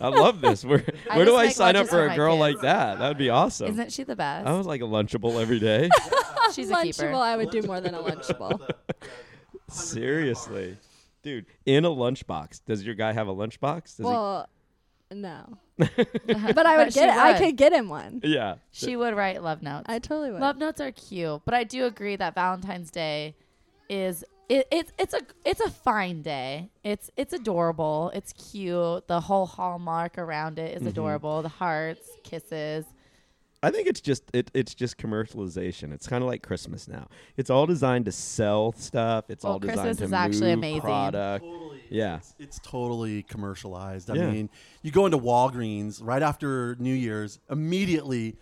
Speaker 2: i love this where
Speaker 1: I
Speaker 2: where do
Speaker 1: just
Speaker 2: i
Speaker 1: make
Speaker 2: sign up
Speaker 1: lunches
Speaker 2: for
Speaker 1: for
Speaker 2: a
Speaker 1: my
Speaker 2: girl
Speaker 1: kids.
Speaker 2: like that that would be awesome
Speaker 1: Isn't she the best?
Speaker 2: i was like a lunchable every day
Speaker 1: She's a keeper.
Speaker 4: lunchable. I would do more than a lunchable.
Speaker 2: seriously dude in a lunchbox does your guy have a lunchbox does he-
Speaker 4: well, no. but I would
Speaker 1: But she
Speaker 4: get. it. I
Speaker 1: would.
Speaker 4: could get him one.
Speaker 2: yeah
Speaker 1: She would write love notes.
Speaker 4: I totally would.
Speaker 1: Love notes are cute, but I do agree that Valentine's Day is it, it's it's a it's a fine day. It's it's adorable. It's cute. The whole hallmark around it
Speaker 2: Mm-hmm.
Speaker 1: is adorable. The hearts, kisses.
Speaker 2: I think it's just it, it's just commercialization. It's kind of like Christmas now. It's all designed to sell stuff. It's
Speaker 1: Well,
Speaker 2: all designed
Speaker 1: Christmas
Speaker 2: to
Speaker 1: is actually
Speaker 2: move
Speaker 1: amazing.
Speaker 2: product.
Speaker 3: Totally.
Speaker 2: Yeah.
Speaker 3: It's, it's totally commercialized. I
Speaker 2: Yeah.
Speaker 3: mean, you go into Walgreens right after New Year's, immediately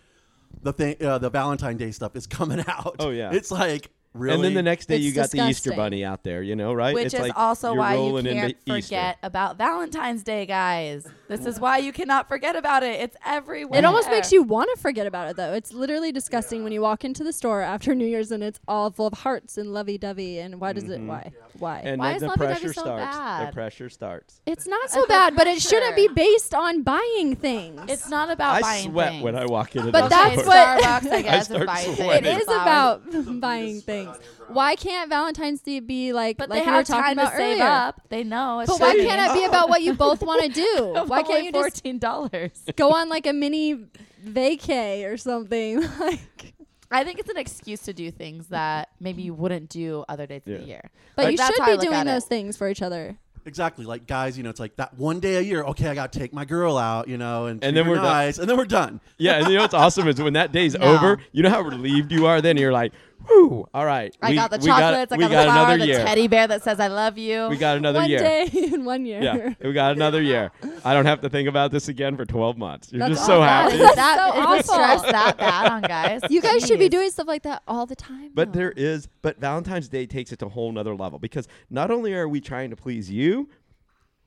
Speaker 3: the thing, uh, the Valentine Day stuff is coming out.
Speaker 2: Oh, yeah.
Speaker 3: It's like really.
Speaker 2: And then the next day
Speaker 4: It's
Speaker 2: you got the Easter
Speaker 4: disgusting.
Speaker 2: bunny out there, you know, right?
Speaker 1: Which
Speaker 2: it's
Speaker 1: is
Speaker 2: like
Speaker 1: also
Speaker 2: you're
Speaker 1: why you
Speaker 2: rolling into
Speaker 1: can't
Speaker 2: Easter.
Speaker 1: forget about Valentine's Day, guys. This is why you cannot forget about it. It's everywhere.
Speaker 4: It almost makes you want to forget about it, though. It's literally disgusting when you walk into the store after New Year's and it's all full of hearts and lovey-dovey. And why does
Speaker 3: Mm-hmm.
Speaker 4: it? Why? Why?
Speaker 2: And
Speaker 1: Why
Speaker 2: then
Speaker 1: is
Speaker 2: the
Speaker 1: Lovey Dovey
Speaker 2: pressure
Speaker 1: so
Speaker 2: starts. The
Speaker 1: bad?
Speaker 2: pressure starts.
Speaker 4: it's not
Speaker 1: I
Speaker 4: so
Speaker 1: feel
Speaker 4: bad, but it
Speaker 1: pressure.
Speaker 4: shouldn't be based on buying things.
Speaker 1: It's not about
Speaker 2: I
Speaker 1: buying
Speaker 2: sweat
Speaker 1: things.
Speaker 2: when I walk into
Speaker 4: But
Speaker 2: that
Speaker 4: that's
Speaker 2: store.
Speaker 4: what-
Speaker 1: Starbucks, I guess,
Speaker 2: start
Speaker 1: is buying
Speaker 4: it
Speaker 2: sweating.
Speaker 1: things.
Speaker 4: is
Speaker 1: Flowers.
Speaker 4: about buying things. Why can't Valentine's Day be like
Speaker 1: But
Speaker 4: like
Speaker 1: they
Speaker 4: we
Speaker 1: have
Speaker 4: were talking
Speaker 1: time
Speaker 4: about
Speaker 1: to save
Speaker 4: earlier?
Speaker 1: up. They know. it
Speaker 4: But why
Speaker 1: should be.
Speaker 4: can't it be about what you both want to do? Why can't you just
Speaker 1: fourteen dollars?
Speaker 4: go on like a mini vacay or something? Like,
Speaker 1: I think it's an excuse to do things that maybe you wouldn't do other days
Speaker 2: Yeah.
Speaker 1: of the year.
Speaker 4: but
Speaker 1: Like,
Speaker 4: you
Speaker 1: that's
Speaker 4: should
Speaker 1: how I
Speaker 4: be
Speaker 1: look
Speaker 4: doing
Speaker 1: at it.
Speaker 4: those things for each other.
Speaker 3: Exactly, like guys, you know, it's like that one day a year. Okay, I gotta take my girl out, you know, and,
Speaker 2: And then
Speaker 3: treat her
Speaker 2: we're done.
Speaker 3: nice, and then we're done.
Speaker 2: Yeah, and you know what's awesome is when that day's
Speaker 1: No.
Speaker 2: over, you know how relieved you are. Then you're like, "Whoo! All right,
Speaker 1: I
Speaker 2: we-
Speaker 1: got the
Speaker 2: we got-
Speaker 1: chocolates. I
Speaker 2: we
Speaker 1: got, the flower,
Speaker 2: another
Speaker 1: the
Speaker 2: year.
Speaker 1: teddy bear that says I love you.
Speaker 2: We got another
Speaker 4: one
Speaker 2: year.
Speaker 4: day in one year.
Speaker 2: Yeah, we got another year. I don't have to think about this again for 12 months. You're
Speaker 4: That's
Speaker 2: just so
Speaker 1: That
Speaker 2: happy.
Speaker 1: is
Speaker 4: That's
Speaker 1: that,
Speaker 4: so
Speaker 1: if we
Speaker 4: awful.
Speaker 1: stress that bad on guys.
Speaker 4: You guys should be
Speaker 1: jeez.
Speaker 4: doing stuff like that all the time.
Speaker 2: But
Speaker 4: though.
Speaker 2: there is, but Valentine's Day takes it to a whole nother level because not only are we trying to please you,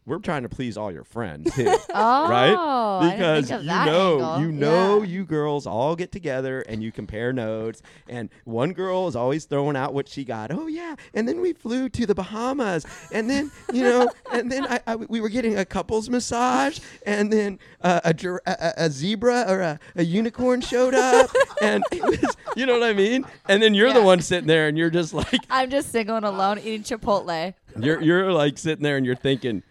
Speaker 2: we're trying to please all your friends too,
Speaker 1: Oh, I
Speaker 2: right?
Speaker 1: didn't
Speaker 2: Because
Speaker 1: think of
Speaker 2: you
Speaker 1: that
Speaker 2: know,
Speaker 1: angle.
Speaker 2: you know,
Speaker 1: Yeah.
Speaker 2: you girls all get together and you compare notes, and one girl is always throwing out what she got. Oh yeah, and then we flew to the Bahamas, and then you know, and then I, I- we were getting a couples massage, and then uh, a, gir- a a- a zebra or a, a unicorn showed up, and it was, you know what I mean? And then you're the
Speaker 1: Yeah.
Speaker 2: one sitting there, and you're just like,
Speaker 1: I'm just single and alone eating Chipotle.
Speaker 2: you're you're like sitting there and you're thinking,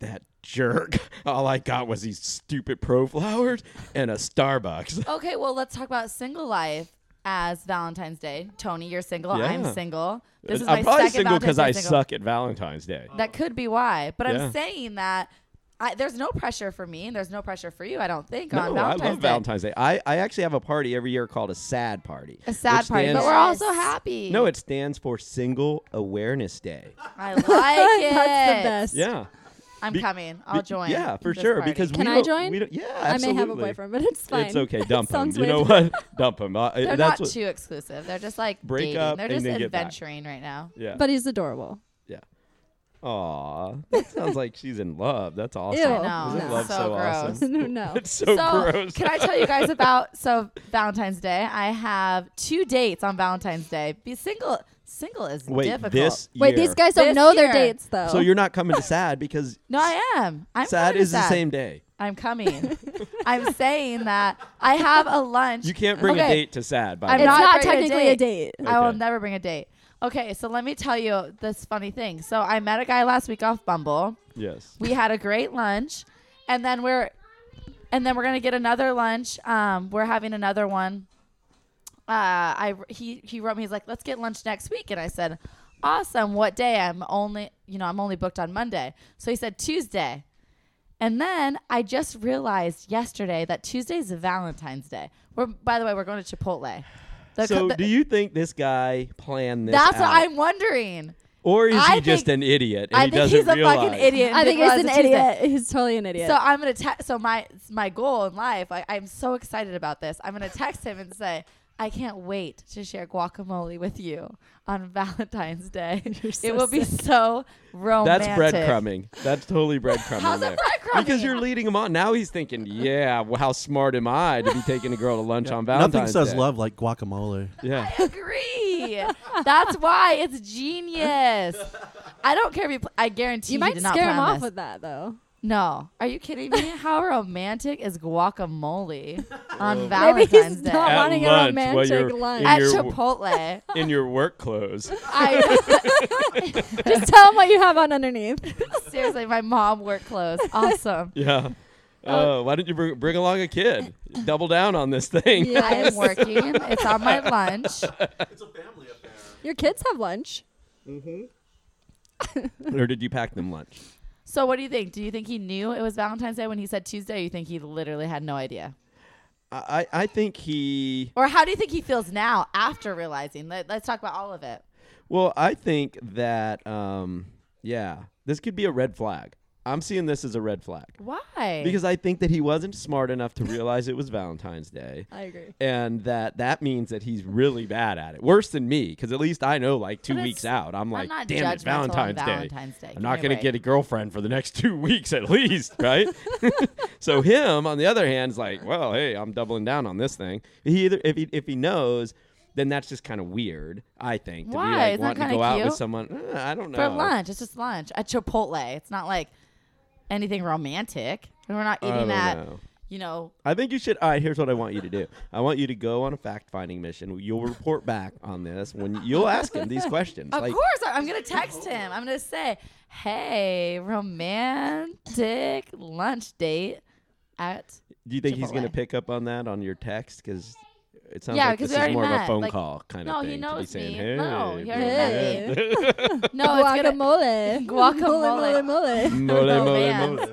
Speaker 2: that jerk. All I got was these stupid pro flowers and a Starbucks.
Speaker 1: Okay, well, let's talk about single life as Valentine's Day. Tony, you're single. I'm
Speaker 2: Yeah. Uh,
Speaker 1: single. This is
Speaker 2: I'm
Speaker 1: my
Speaker 2: probably
Speaker 1: second
Speaker 2: single because
Speaker 1: Valentine's
Speaker 2: I
Speaker 1: Day single. Oh,
Speaker 2: suck at Valentine's Day.
Speaker 1: That could be why. But
Speaker 2: Yeah.
Speaker 1: I'm saying that I, there's no pressure for me and there's no pressure for you, I don't think,
Speaker 2: No,
Speaker 1: on
Speaker 2: I
Speaker 1: Valentine's
Speaker 2: love
Speaker 1: Day.
Speaker 2: Valentine's Day. I, I actually have a party every year called a sad party.
Speaker 1: A sad
Speaker 2: which
Speaker 1: party,
Speaker 2: stands-
Speaker 1: but we're also
Speaker 4: Yes.
Speaker 1: happy.
Speaker 2: no, it stands for Single Awareness Day.
Speaker 1: I like it.
Speaker 4: That's the best.
Speaker 2: Yeah,
Speaker 1: I'm
Speaker 2: Be-
Speaker 1: coming. I'll
Speaker 2: Be-
Speaker 1: join.
Speaker 2: Yeah, for
Speaker 1: this
Speaker 2: sure.
Speaker 1: party.
Speaker 2: Because
Speaker 4: Can
Speaker 2: we
Speaker 4: I
Speaker 2: don't-
Speaker 4: join?
Speaker 2: We don't, yeah,
Speaker 4: I may have a
Speaker 2: absolutely.
Speaker 4: boyfriend, but it's fine.
Speaker 2: It's okay. Dump him.
Speaker 4: Sounds
Speaker 2: You know
Speaker 4: weird.
Speaker 2: what? dump him. Uh,
Speaker 1: they're
Speaker 2: that's
Speaker 1: not
Speaker 2: what,
Speaker 1: too exclusive. They're just like
Speaker 2: Break
Speaker 1: dating.
Speaker 2: up
Speaker 1: They're
Speaker 2: and
Speaker 1: just
Speaker 2: then get back.
Speaker 1: adventuring right now.
Speaker 2: Yeah.
Speaker 4: But he's adorable.
Speaker 2: Aw, that sounds like she's in love. That's awesome.
Speaker 4: Ew.
Speaker 1: I
Speaker 4: Oh,
Speaker 1: know.
Speaker 2: Isn't
Speaker 4: no.
Speaker 2: love so,
Speaker 1: so, gross.
Speaker 2: awesome?
Speaker 4: no, no.
Speaker 2: It's so,
Speaker 1: so
Speaker 2: gross.
Speaker 1: can I tell you guys about so Valentine's Day? I have two dates on Valentine's Day. Be single. Single is
Speaker 2: Wait,
Speaker 1: difficult.
Speaker 2: this
Speaker 4: Wait,
Speaker 2: year.
Speaker 4: these guys don't
Speaker 1: This
Speaker 4: know
Speaker 1: year.
Speaker 4: their dates though.
Speaker 2: So you're not coming to sad because
Speaker 1: no, I am. I'm
Speaker 2: sad
Speaker 1: coming to
Speaker 2: is the same day.
Speaker 1: I'm coming. I'm saying that I have a lunch.
Speaker 2: You can't bring a
Speaker 1: Okay.
Speaker 2: date to sad. By
Speaker 1: I'm
Speaker 2: the way.
Speaker 4: it's
Speaker 1: not
Speaker 4: not,
Speaker 1: bringing a
Speaker 4: technically a date.
Speaker 1: I will
Speaker 2: Okay.
Speaker 1: never bring a date. Okay, so let me tell you this funny thing. So I met a guy last week off Bumble.
Speaker 2: Yes.
Speaker 1: we had a great lunch and then we're and then we're gonna get another lunch um we're having another one uh i he he wrote me he's like let's get lunch next week and i said awesome what day i'm only you know i'm only booked on monday so he said tuesday and then i just realized yesterday that tuesday's valentine's day we're by the way we're going to chipotle The-
Speaker 2: so
Speaker 1: the-
Speaker 2: do you think this guy planned this?
Speaker 1: that's what
Speaker 2: out?
Speaker 1: i'm wondering
Speaker 2: Or is
Speaker 1: I
Speaker 2: he just
Speaker 1: think-
Speaker 2: an idiot? And
Speaker 1: i
Speaker 2: he
Speaker 1: think
Speaker 2: doesn't
Speaker 1: he's a
Speaker 2: realize?
Speaker 1: fucking idiot and
Speaker 4: I think
Speaker 1: didn't
Speaker 4: he's
Speaker 1: realize
Speaker 4: an
Speaker 1: it's Tuesday.
Speaker 4: idiot. He's totally an idiot.
Speaker 1: So I'm gonna text. So my my goal in life, I, I'm so excited about this. I'm gonna text him and say, I can't wait to share guacamole with you on Valentine's Day.
Speaker 4: You're so
Speaker 1: it will be
Speaker 4: sick.
Speaker 1: so
Speaker 2: That's
Speaker 1: romantic.
Speaker 2: breadcrumbing. That's totally breadcrumbing.
Speaker 1: How's
Speaker 2: there.
Speaker 1: it breadcrumbing?
Speaker 2: Because you're leading him on. Now he's thinking, yeah, well, how smart am I to be taking a girl to lunch on Valentine's
Speaker 3: Nothing says
Speaker 2: Day?
Speaker 3: love like guacamole.
Speaker 2: Yeah.
Speaker 1: I agree. That's why it's genius. I don't care if you. Pl- I guarantee
Speaker 4: you
Speaker 1: he
Speaker 4: might
Speaker 1: did not
Speaker 4: scare
Speaker 1: plan
Speaker 4: him off
Speaker 1: this.
Speaker 4: with that though.
Speaker 1: no, are you kidding me? How romantic is guacamole on
Speaker 4: Maybe
Speaker 1: Valentine's
Speaker 4: he's
Speaker 1: Day?
Speaker 4: not
Speaker 2: At
Speaker 4: wanting a
Speaker 2: lunch, while
Speaker 4: romantic
Speaker 2: you're
Speaker 4: lunch.
Speaker 2: in
Speaker 1: At
Speaker 2: your-
Speaker 1: Chipotle,
Speaker 2: In your work clothes.
Speaker 1: I
Speaker 4: Just tell him what you have on underneath.
Speaker 1: Seriously, my mom work clothes. Awesome.
Speaker 2: Yeah. Oh, why didn't you bring, bring along a kid? Double down on this thing.
Speaker 4: Yeah.
Speaker 1: I am working. It's on my lunch.
Speaker 3: It's a family affair.
Speaker 4: Your kids have lunch.
Speaker 2: or did you pack them lunch?
Speaker 1: So what do you think? Do you think he knew it was Valentine's Day when he said Tuesday? Or you think he literally had no idea?
Speaker 2: I, I I think he.
Speaker 1: Or how do you think he feels now after realizing? Let, let's talk about all of it.
Speaker 2: Well, I think that um yeah, this could be a red flag. I'm seeing this as a red flag
Speaker 1: Why?
Speaker 2: because I think that he wasn't smart enough to realize it was Valentine's Day.
Speaker 4: I agree.
Speaker 2: And that that means that he's really bad at it, worse than me, because at least I know like two
Speaker 1: But
Speaker 2: weeks
Speaker 1: it's-
Speaker 2: out, I'm like,
Speaker 1: not
Speaker 2: damn it,
Speaker 1: judgmental on
Speaker 2: Valentine's Day.
Speaker 1: Valentine's Day.
Speaker 2: I'm
Speaker 1: Give
Speaker 2: not
Speaker 1: me a
Speaker 2: going to
Speaker 1: break.
Speaker 2: get a girlfriend for the next two weeks at least, right? so him, on the other hand, is like, well, hey, I'm doubling down on this thing. He either if he if he knows. Then that's just kind of weird, I think. To
Speaker 1: Why?
Speaker 2: be like
Speaker 1: Isn't that
Speaker 2: wanting to
Speaker 1: kinda
Speaker 2: go out with
Speaker 1: cute?
Speaker 2: someone. Uh, I don't know.
Speaker 1: For lunch, it's just lunch at Chipotle. It's not like anything romantic. And we're not
Speaker 2: I
Speaker 1: eating
Speaker 2: don't
Speaker 1: that.
Speaker 2: know.
Speaker 1: You know,
Speaker 2: I think you should. All right, here's what I want you to do. I want you to go on a fact-finding mission. You'll report back on this when you'll ask him these questions.
Speaker 1: Of
Speaker 2: like,
Speaker 1: course, I- I'm gonna text him. I'm gonna say, "Hey, romantic lunch date at
Speaker 2: do you think he's going to
Speaker 1: Chipotle.
Speaker 2: pick up on that on your text? Because It sounds
Speaker 1: Yeah,
Speaker 2: like
Speaker 1: because
Speaker 2: this
Speaker 1: we already
Speaker 2: is more of a
Speaker 1: met.
Speaker 2: phone
Speaker 1: Like,
Speaker 2: call kind
Speaker 1: no,
Speaker 2: of
Speaker 1: he
Speaker 2: thing. to be
Speaker 1: knows
Speaker 2: saying,
Speaker 1: me.
Speaker 2: hey,
Speaker 1: No, he already
Speaker 4: met
Speaker 1: No, it's gonna.
Speaker 4: Oh, guacamole.
Speaker 1: Guacamole.
Speaker 4: Mole, mole, mole.
Speaker 2: mole,
Speaker 1: Oh,
Speaker 2: mole,
Speaker 1: man.
Speaker 2: mole.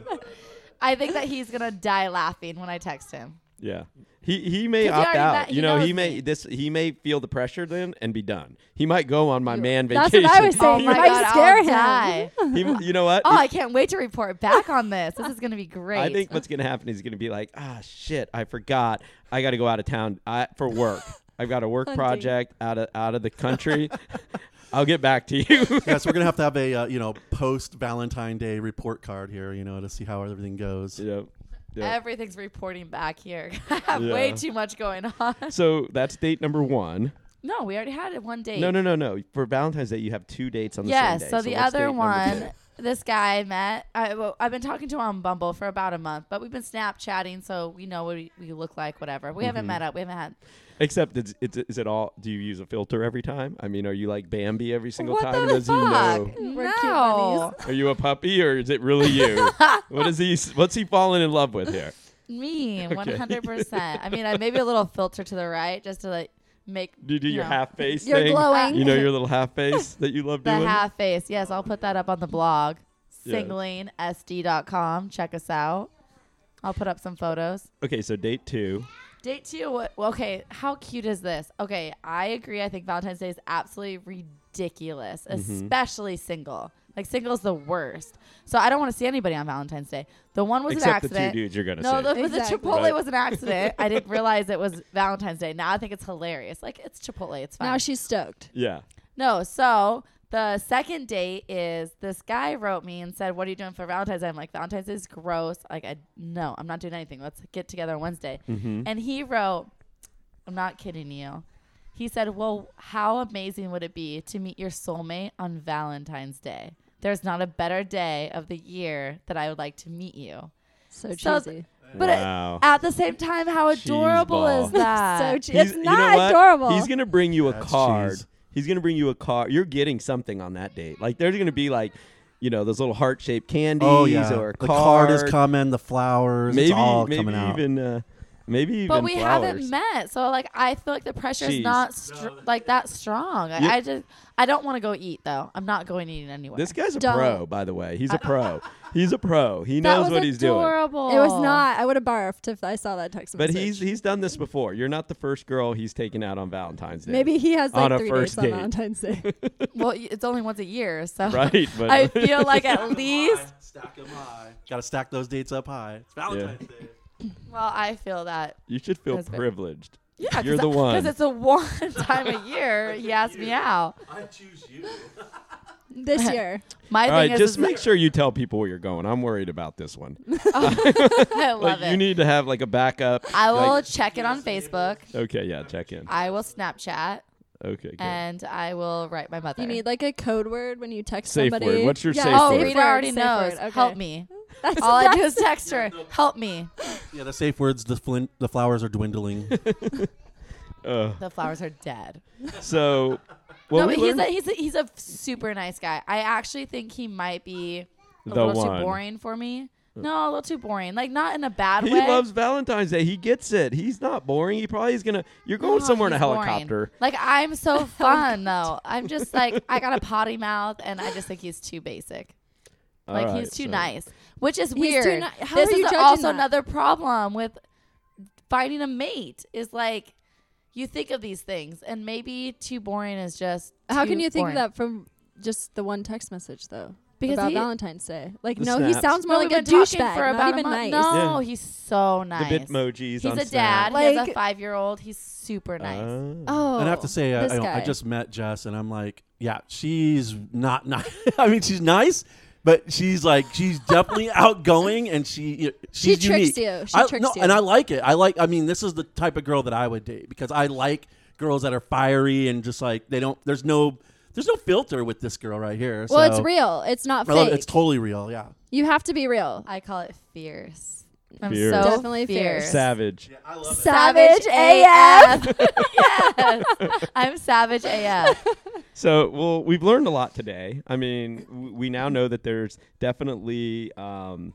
Speaker 1: I think that he's gonna die laughing when I text him.
Speaker 2: Yeah. He he may
Speaker 1: 'Cause he
Speaker 2: opt
Speaker 1: already
Speaker 2: out.
Speaker 1: met- he
Speaker 2: you know, he
Speaker 1: knows
Speaker 2: may
Speaker 1: me.
Speaker 2: this he may feel the pressure then and be done. He might go on my man
Speaker 4: That's
Speaker 2: vacation.
Speaker 4: what I was
Speaker 1: Oh
Speaker 4: saying. You
Speaker 1: my
Speaker 4: might
Speaker 1: god,
Speaker 4: scare
Speaker 1: I'll
Speaker 4: him.
Speaker 1: die.
Speaker 2: He- you know what?
Speaker 1: Oh,
Speaker 2: It-
Speaker 1: I can't wait to report back on this. This is gonna be great.
Speaker 2: I think what's gonna happen is he's gonna be like, ah, shit, I forgot. I got to go out of town I, for work. I've got a work
Speaker 4: Hunting.
Speaker 2: project out of out of the country. I'll get back to you.
Speaker 3: yeah, so we're gonna have to have a uh, you know post Valentine Day report card here, you know, to see how everything goes.
Speaker 2: yeah. Yeah.
Speaker 1: everything's reporting back here. I have way
Speaker 2: Yeah.
Speaker 1: too much going on.
Speaker 2: So that's date number one.
Speaker 1: No, we already had it one date.
Speaker 2: No, no, no, no. For Valentine's Day, you have two dates on the
Speaker 1: Yes. so
Speaker 2: same day.
Speaker 1: the
Speaker 2: what's date
Speaker 1: other
Speaker 2: number two?
Speaker 1: one, this guy I met. I, well, I've been talking to him on Bumble for about a month, but we've been Snapchatting, so we know what we, we look like. Whatever. We
Speaker 2: Mm-hmm.
Speaker 1: haven't met up. We haven't had.
Speaker 2: Except, it's, it's, is it all? Do you use a filter every time? I mean, are you like Bambi every single
Speaker 1: what
Speaker 2: time?
Speaker 1: the
Speaker 2: Does he know?
Speaker 1: fuck?
Speaker 4: We're cute
Speaker 1: no.
Speaker 2: Are you a puppy or is it really you? what is he? What's he falling in love with here?
Speaker 1: Me, one hundred percent. I mean, I maybe a little filter to the right just to like make
Speaker 2: Do you do your
Speaker 1: know,
Speaker 2: half face
Speaker 4: You're
Speaker 2: thing?
Speaker 4: glowing.
Speaker 2: You know your little half face that you love
Speaker 1: the
Speaker 2: doing.
Speaker 1: half face. Yes, I'll put that up on the blog,
Speaker 2: Yeah.
Speaker 1: singlingsd.com. Check us out. I'll put up some photos.
Speaker 2: okay, so date two.
Speaker 1: Date two. What? well, Okay. How cute is this? Okay. I agree. I think Valentine's Day is absolutely ridiculous,
Speaker 2: Mm-hmm.
Speaker 1: especially single. Like single's the worst. So I don't want to see anybody on Valentine's Day. The one was
Speaker 2: Except
Speaker 1: an
Speaker 2: the two
Speaker 1: accident.
Speaker 2: dudes you're gonna
Speaker 1: no,
Speaker 2: say.
Speaker 1: the, the
Speaker 4: Exactly.
Speaker 1: Chipotle
Speaker 2: Right.
Speaker 1: was an accident. I didn't realize it was Valentine's Day. Now I think it's hilarious. Like it's Chipotle. It's fine.
Speaker 4: Now she's stoked.
Speaker 2: yeah.
Speaker 1: No, so the second date is this guy wrote me and said, "What are you doing for Valentine's?" Day? I'm like, "Valentine's is gross. Like, I no, I'm not doing anything. Let's get together on Wednesday." And he wrote, "I'm not kidding you." He said, "Well, how amazing would it be to meet your soulmate on Valentine's Day? There's not a better day of the year that I would like to meet you."
Speaker 4: So
Speaker 1: So-
Speaker 4: cheesy.
Speaker 1: But it-
Speaker 2: wow.
Speaker 1: at the same time, how adorable
Speaker 2: Cheeseball.
Speaker 1: is that?
Speaker 4: so cheesy.
Speaker 2: He's-
Speaker 4: It's
Speaker 2: you know
Speaker 4: not
Speaker 2: what?
Speaker 4: adorable.
Speaker 2: He's gonna bring you a
Speaker 3: That's
Speaker 2: card.
Speaker 3: cheese.
Speaker 2: He's gonna bring you a card. You're getting something on that date. Like there's gonna be like, you know, those little heart shaped candies
Speaker 3: Oh yeah,
Speaker 2: or a
Speaker 3: the card is
Speaker 2: card.
Speaker 3: coming, the flowers,
Speaker 2: Maybe
Speaker 3: it's all
Speaker 2: maybe
Speaker 3: coming out.
Speaker 2: even uh, maybe even
Speaker 1: But we
Speaker 2: flowers.
Speaker 1: haven't met, so like I feel like the pressure
Speaker 2: Jeez.
Speaker 1: is not str- like that strong. Like,
Speaker 2: Yeah.
Speaker 1: I just I don't want to go eat though. I'm not going eating anywhere.
Speaker 2: This guy's a
Speaker 4: Don't.
Speaker 2: pro, by the way. He's a pro. he's a pro. He
Speaker 1: that
Speaker 2: knows
Speaker 1: was
Speaker 2: what he's doing.
Speaker 1: adorable.
Speaker 4: it was not. I would have barfed if I saw that text
Speaker 2: But
Speaker 4: message.
Speaker 2: he's he's done this before. You're not the first girl he's taken out on Valentine's Day.
Speaker 4: Maybe he has like
Speaker 2: On a
Speaker 4: three
Speaker 2: first
Speaker 4: dates
Speaker 2: date.
Speaker 4: on Valentine's Day.
Speaker 1: Well, y- it's only once a year, so
Speaker 2: Right, but-
Speaker 1: I feel like at least.
Speaker 3: stack them high. Got to stack those dates up high. It's Valentine's Day.
Speaker 1: Well, I feel that.
Speaker 2: you should feel
Speaker 1: That's fair.
Speaker 2: privileged.
Speaker 1: Yeah,
Speaker 2: You're the one.
Speaker 1: Because it's a one time a year he asked me out.
Speaker 3: I choose you.
Speaker 4: this year.
Speaker 1: My
Speaker 2: All
Speaker 1: thing
Speaker 2: right,
Speaker 1: is,
Speaker 2: just
Speaker 1: is-
Speaker 2: make sure you tell people where you're going. I'm worried about this one.
Speaker 1: I love
Speaker 2: Like
Speaker 1: it.
Speaker 2: you need to have like a backup.
Speaker 1: I will
Speaker 2: Like,
Speaker 1: check it on Facebook.
Speaker 2: okay, yeah, check in.
Speaker 1: I will Snapchat
Speaker 2: Okay, good.
Speaker 1: and I will write my mother.
Speaker 4: You need like a code word when you text
Speaker 2: Safe
Speaker 4: somebody.
Speaker 2: word. What's your
Speaker 4: yeah,
Speaker 2: safe
Speaker 1: oh,
Speaker 2: word?
Speaker 1: Rita already
Speaker 4: safe
Speaker 1: knows.
Speaker 4: word. Okay.
Speaker 1: Help me.
Speaker 4: That's,
Speaker 1: All I do is
Speaker 4: that's-
Speaker 1: text her. Help me.
Speaker 3: Yeah, the safe words. The flint, the flowers are dwindling.
Speaker 2: Uh,
Speaker 1: The flowers are dead.
Speaker 2: so, well,
Speaker 1: no,
Speaker 2: we
Speaker 1: but he's
Speaker 2: learned
Speaker 1: a, he's a he's a super nice guy. I actually think he might be a
Speaker 2: the
Speaker 1: little
Speaker 2: one. Uh.
Speaker 1: too boring for me. No, a little too boring. Like not in a bad
Speaker 2: He
Speaker 1: way.
Speaker 2: loves Valentine's Day. He gets it. He's not boring. He probably is gonna. You're going
Speaker 1: No,
Speaker 2: somewhere in a
Speaker 1: he's boring.
Speaker 2: helicopter.
Speaker 1: Like I'm so fun
Speaker 4: Oh,
Speaker 1: though. I'm just like I got a potty mouth, and I just think he's too basic. Like
Speaker 2: Alright,
Speaker 1: he's too
Speaker 2: so-
Speaker 1: nice, which is
Speaker 4: too
Speaker 1: weird.
Speaker 4: ni- how
Speaker 1: this
Speaker 4: are you
Speaker 1: is
Speaker 4: judging
Speaker 1: also
Speaker 4: that?
Speaker 1: another problem with finding a mate. Is like you think of these things, and maybe too boring is just.
Speaker 4: How
Speaker 1: too
Speaker 4: can you think
Speaker 1: boring.
Speaker 4: of that from just the one text message though?
Speaker 1: Because
Speaker 4: about
Speaker 1: he-
Speaker 4: Valentine's Day. Like
Speaker 2: The
Speaker 4: no, he
Speaker 2: snaps.
Speaker 4: sounds more
Speaker 1: No,
Speaker 4: like
Speaker 1: we've
Speaker 4: a
Speaker 1: been talking
Speaker 4: douchebag.
Speaker 1: for
Speaker 4: Not
Speaker 1: about a
Speaker 4: even
Speaker 1: month.
Speaker 4: nice.
Speaker 1: No,
Speaker 2: Yeah.
Speaker 1: he's so nice.
Speaker 2: The Bitmojis.
Speaker 1: He's
Speaker 2: on
Speaker 1: a
Speaker 2: Snap.
Speaker 1: dad. he has a
Speaker 4: Like-
Speaker 1: five-year-old. He's super nice.
Speaker 2: Uh,
Speaker 4: Oh.
Speaker 3: And I have to say, I, I,
Speaker 4: this
Speaker 3: don't- I
Speaker 4: guy.
Speaker 3: just met Jess, and I'm like, yeah, she's not nice. I mean, she's nice, but she's like, she's definitely outgoing, and she she's unique.
Speaker 4: tricks you. She
Speaker 3: I-
Speaker 4: tricks
Speaker 3: no,
Speaker 4: you.
Speaker 3: and I like it. I like. I mean, this is the type of girl that I would date because I like girls that are fiery and just like they don't. There's no there's no filter with this girl right here.
Speaker 4: Well, it's
Speaker 3: so-
Speaker 4: real. It's not
Speaker 3: I love
Speaker 4: fake.
Speaker 3: it. It's totally real. Yeah.
Speaker 4: you have to be real.
Speaker 1: I call it fierce. I'm
Speaker 2: Fierce.
Speaker 1: so
Speaker 4: Definitely
Speaker 1: fierce.
Speaker 4: fierce.
Speaker 2: Ah, Savage.
Speaker 3: I love
Speaker 4: Savage
Speaker 1: yes, I'm savage AF.
Speaker 2: So, well, we've learned a lot today. I mean, w- we now know that there's definitely um,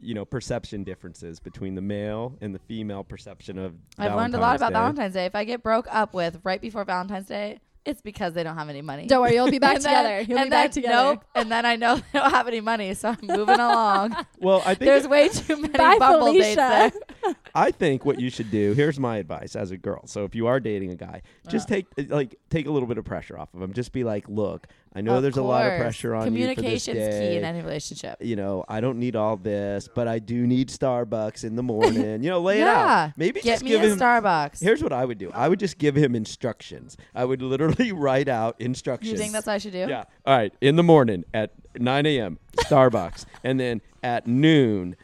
Speaker 2: you know perception differences between the male and the female perception of.
Speaker 1: I've learned a lot about Valentine's
Speaker 2: Valentine's Day.
Speaker 1: Day. If I get broke up with right before Valentine's Day, it's because they don't have any money.
Speaker 4: Don't worry, you'll be back
Speaker 1: And then-
Speaker 4: together. You'll be
Speaker 1: and
Speaker 4: back
Speaker 1: then-
Speaker 4: together.
Speaker 1: Nope. And then I know they don't have any money, so I'm moving along.
Speaker 2: Well, I think
Speaker 1: There's way too many
Speaker 4: Bye,
Speaker 1: bumble dates
Speaker 4: Felicia.
Speaker 1: there.
Speaker 2: I think what you should do. Here's my advice as a girl. So if you are dating a guy,
Speaker 1: Uh.
Speaker 2: just take uh, like take a little bit of pressure off of him. Just be like, look, I know
Speaker 1: Of
Speaker 2: there's a lot of
Speaker 1: course.
Speaker 2: pressure on you for this
Speaker 1: Communication's key in
Speaker 2: day.
Speaker 1: any relationship.
Speaker 2: You know, I don't need all this, but I do need Starbucks in the morning. You know, lay it out. Maybe
Speaker 1: get
Speaker 2: just
Speaker 1: me
Speaker 2: give
Speaker 1: a
Speaker 2: him.
Speaker 1: Starbucks.
Speaker 2: Here's what I would do. I would just give him instructions. I would literally write out instructions.
Speaker 1: you think that's what I should do?
Speaker 2: Yeah. All right. In the morning at 9 a.m. Starbucks, and then at noon,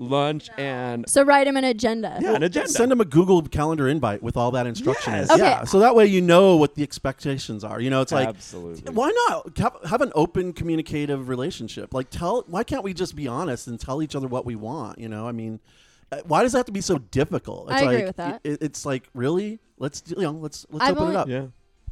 Speaker 2: lunch and
Speaker 4: So write him an agenda.
Speaker 2: yeah, an agenda.
Speaker 3: Send them a Google Calendar invite with all that instruction.
Speaker 2: Yes.
Speaker 3: is.
Speaker 4: Okay.
Speaker 3: Yeah. So that way you know what the expectations are. You know, it's like
Speaker 2: Absolutely.
Speaker 3: Why not have, have an open communicative relationship? Like tell why can't we just be honest and tell each other what we want, you know? I mean, uh, why does it have to be so difficult? It's
Speaker 4: I
Speaker 3: like,
Speaker 4: agree with that.
Speaker 3: It, it's like, really? Let's do- you know, let's let's
Speaker 4: I've
Speaker 3: open
Speaker 4: only-
Speaker 3: it up.
Speaker 2: Yeah.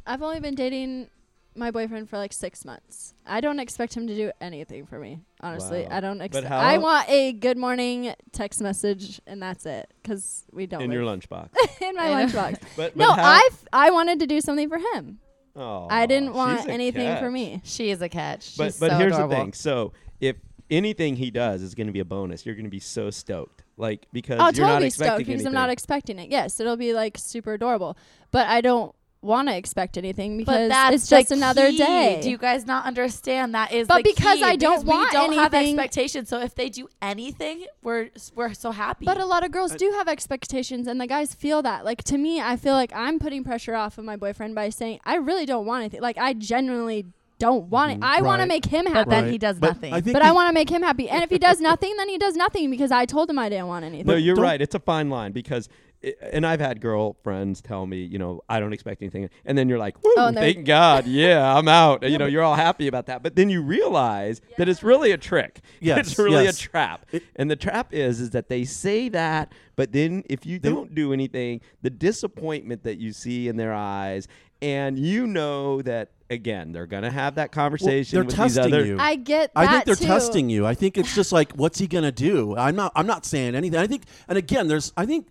Speaker 4: I've only been dating my boyfriend for like six months. I don't expect him to do anything for me. Honestly,
Speaker 2: Wow.
Speaker 4: I don't
Speaker 2: But
Speaker 4: expect.
Speaker 2: how-
Speaker 4: I want a good morning text message and that's it, because we don't.
Speaker 2: in your
Speaker 4: live-
Speaker 2: lunchbox.
Speaker 4: in my
Speaker 1: I know.
Speaker 4: lunchbox.
Speaker 2: But,
Speaker 4: no,
Speaker 2: but
Speaker 4: I f- I wanted to do something for him.
Speaker 2: Oh,
Speaker 4: I didn't
Speaker 2: she's
Speaker 4: want
Speaker 2: a
Speaker 4: anything for
Speaker 2: catch.
Speaker 4: me.
Speaker 1: She is a catch.
Speaker 2: But
Speaker 1: She's
Speaker 2: but
Speaker 1: so
Speaker 2: here's
Speaker 1: adorable.
Speaker 2: the thing. So if anything he does is going to be a bonus, you're going to be so stoked, like because
Speaker 4: I'll
Speaker 2: you're not
Speaker 4: Oh, totally
Speaker 2: expecting
Speaker 4: stoked because
Speaker 2: anything.
Speaker 4: I'm not expecting it. Yes, it'll be like super adorable, but I don't want to expect anything because
Speaker 1: But that's
Speaker 4: it's just
Speaker 1: the
Speaker 4: another
Speaker 1: key.
Speaker 4: day.
Speaker 1: Do you guys not understand that is?
Speaker 4: But
Speaker 1: the
Speaker 4: because
Speaker 1: key,
Speaker 4: I don't
Speaker 1: because
Speaker 4: want
Speaker 1: we don't have
Speaker 4: anything-
Speaker 1: expectations. So if they do anything, we're we're so happy.
Speaker 4: But a lot of
Speaker 3: Uh,
Speaker 4: girls do have expectations, and the guys feel that. Like to me, I feel like I'm putting pressure off of my boyfriend by saying I really don't want anything. Like I genuinely don't want it. I want to
Speaker 3: Mm-hmm. Right.
Speaker 4: make him
Speaker 1: but
Speaker 4: happy,
Speaker 1: then
Speaker 3: Right.
Speaker 1: he does
Speaker 3: But
Speaker 1: nothing.
Speaker 3: I think
Speaker 4: but
Speaker 3: the-
Speaker 4: I want to make him happy. And if he does nothing, then he does nothing because I told him I didn't want anything.
Speaker 2: No,
Speaker 3: But
Speaker 2: you're
Speaker 3: don't-
Speaker 2: right. It's a fine line because, i and I've had girlfriends tell me, you know, I don't expect anything, and then you're like, Woo,
Speaker 4: Oh, and they're-
Speaker 2: thank God, yeah, I'm out. you know, you're all happy about that, but then you realize that it's really a trick.
Speaker 3: Yes,
Speaker 2: it's really
Speaker 3: yes.
Speaker 2: a trap, and the trap is is that they say that, but then if you don't do anything, the disappointment that you see in their eyes, and you know that again, they're gonna have that conversation
Speaker 3: they're
Speaker 2: with
Speaker 3: testing
Speaker 2: these other.
Speaker 3: you.
Speaker 4: I get.
Speaker 3: I
Speaker 4: That
Speaker 3: think they're
Speaker 4: too.
Speaker 3: testing you. I think it's just like, what's he gonna do? I'm not. I'm not saying anything. I think, and again, there's. I think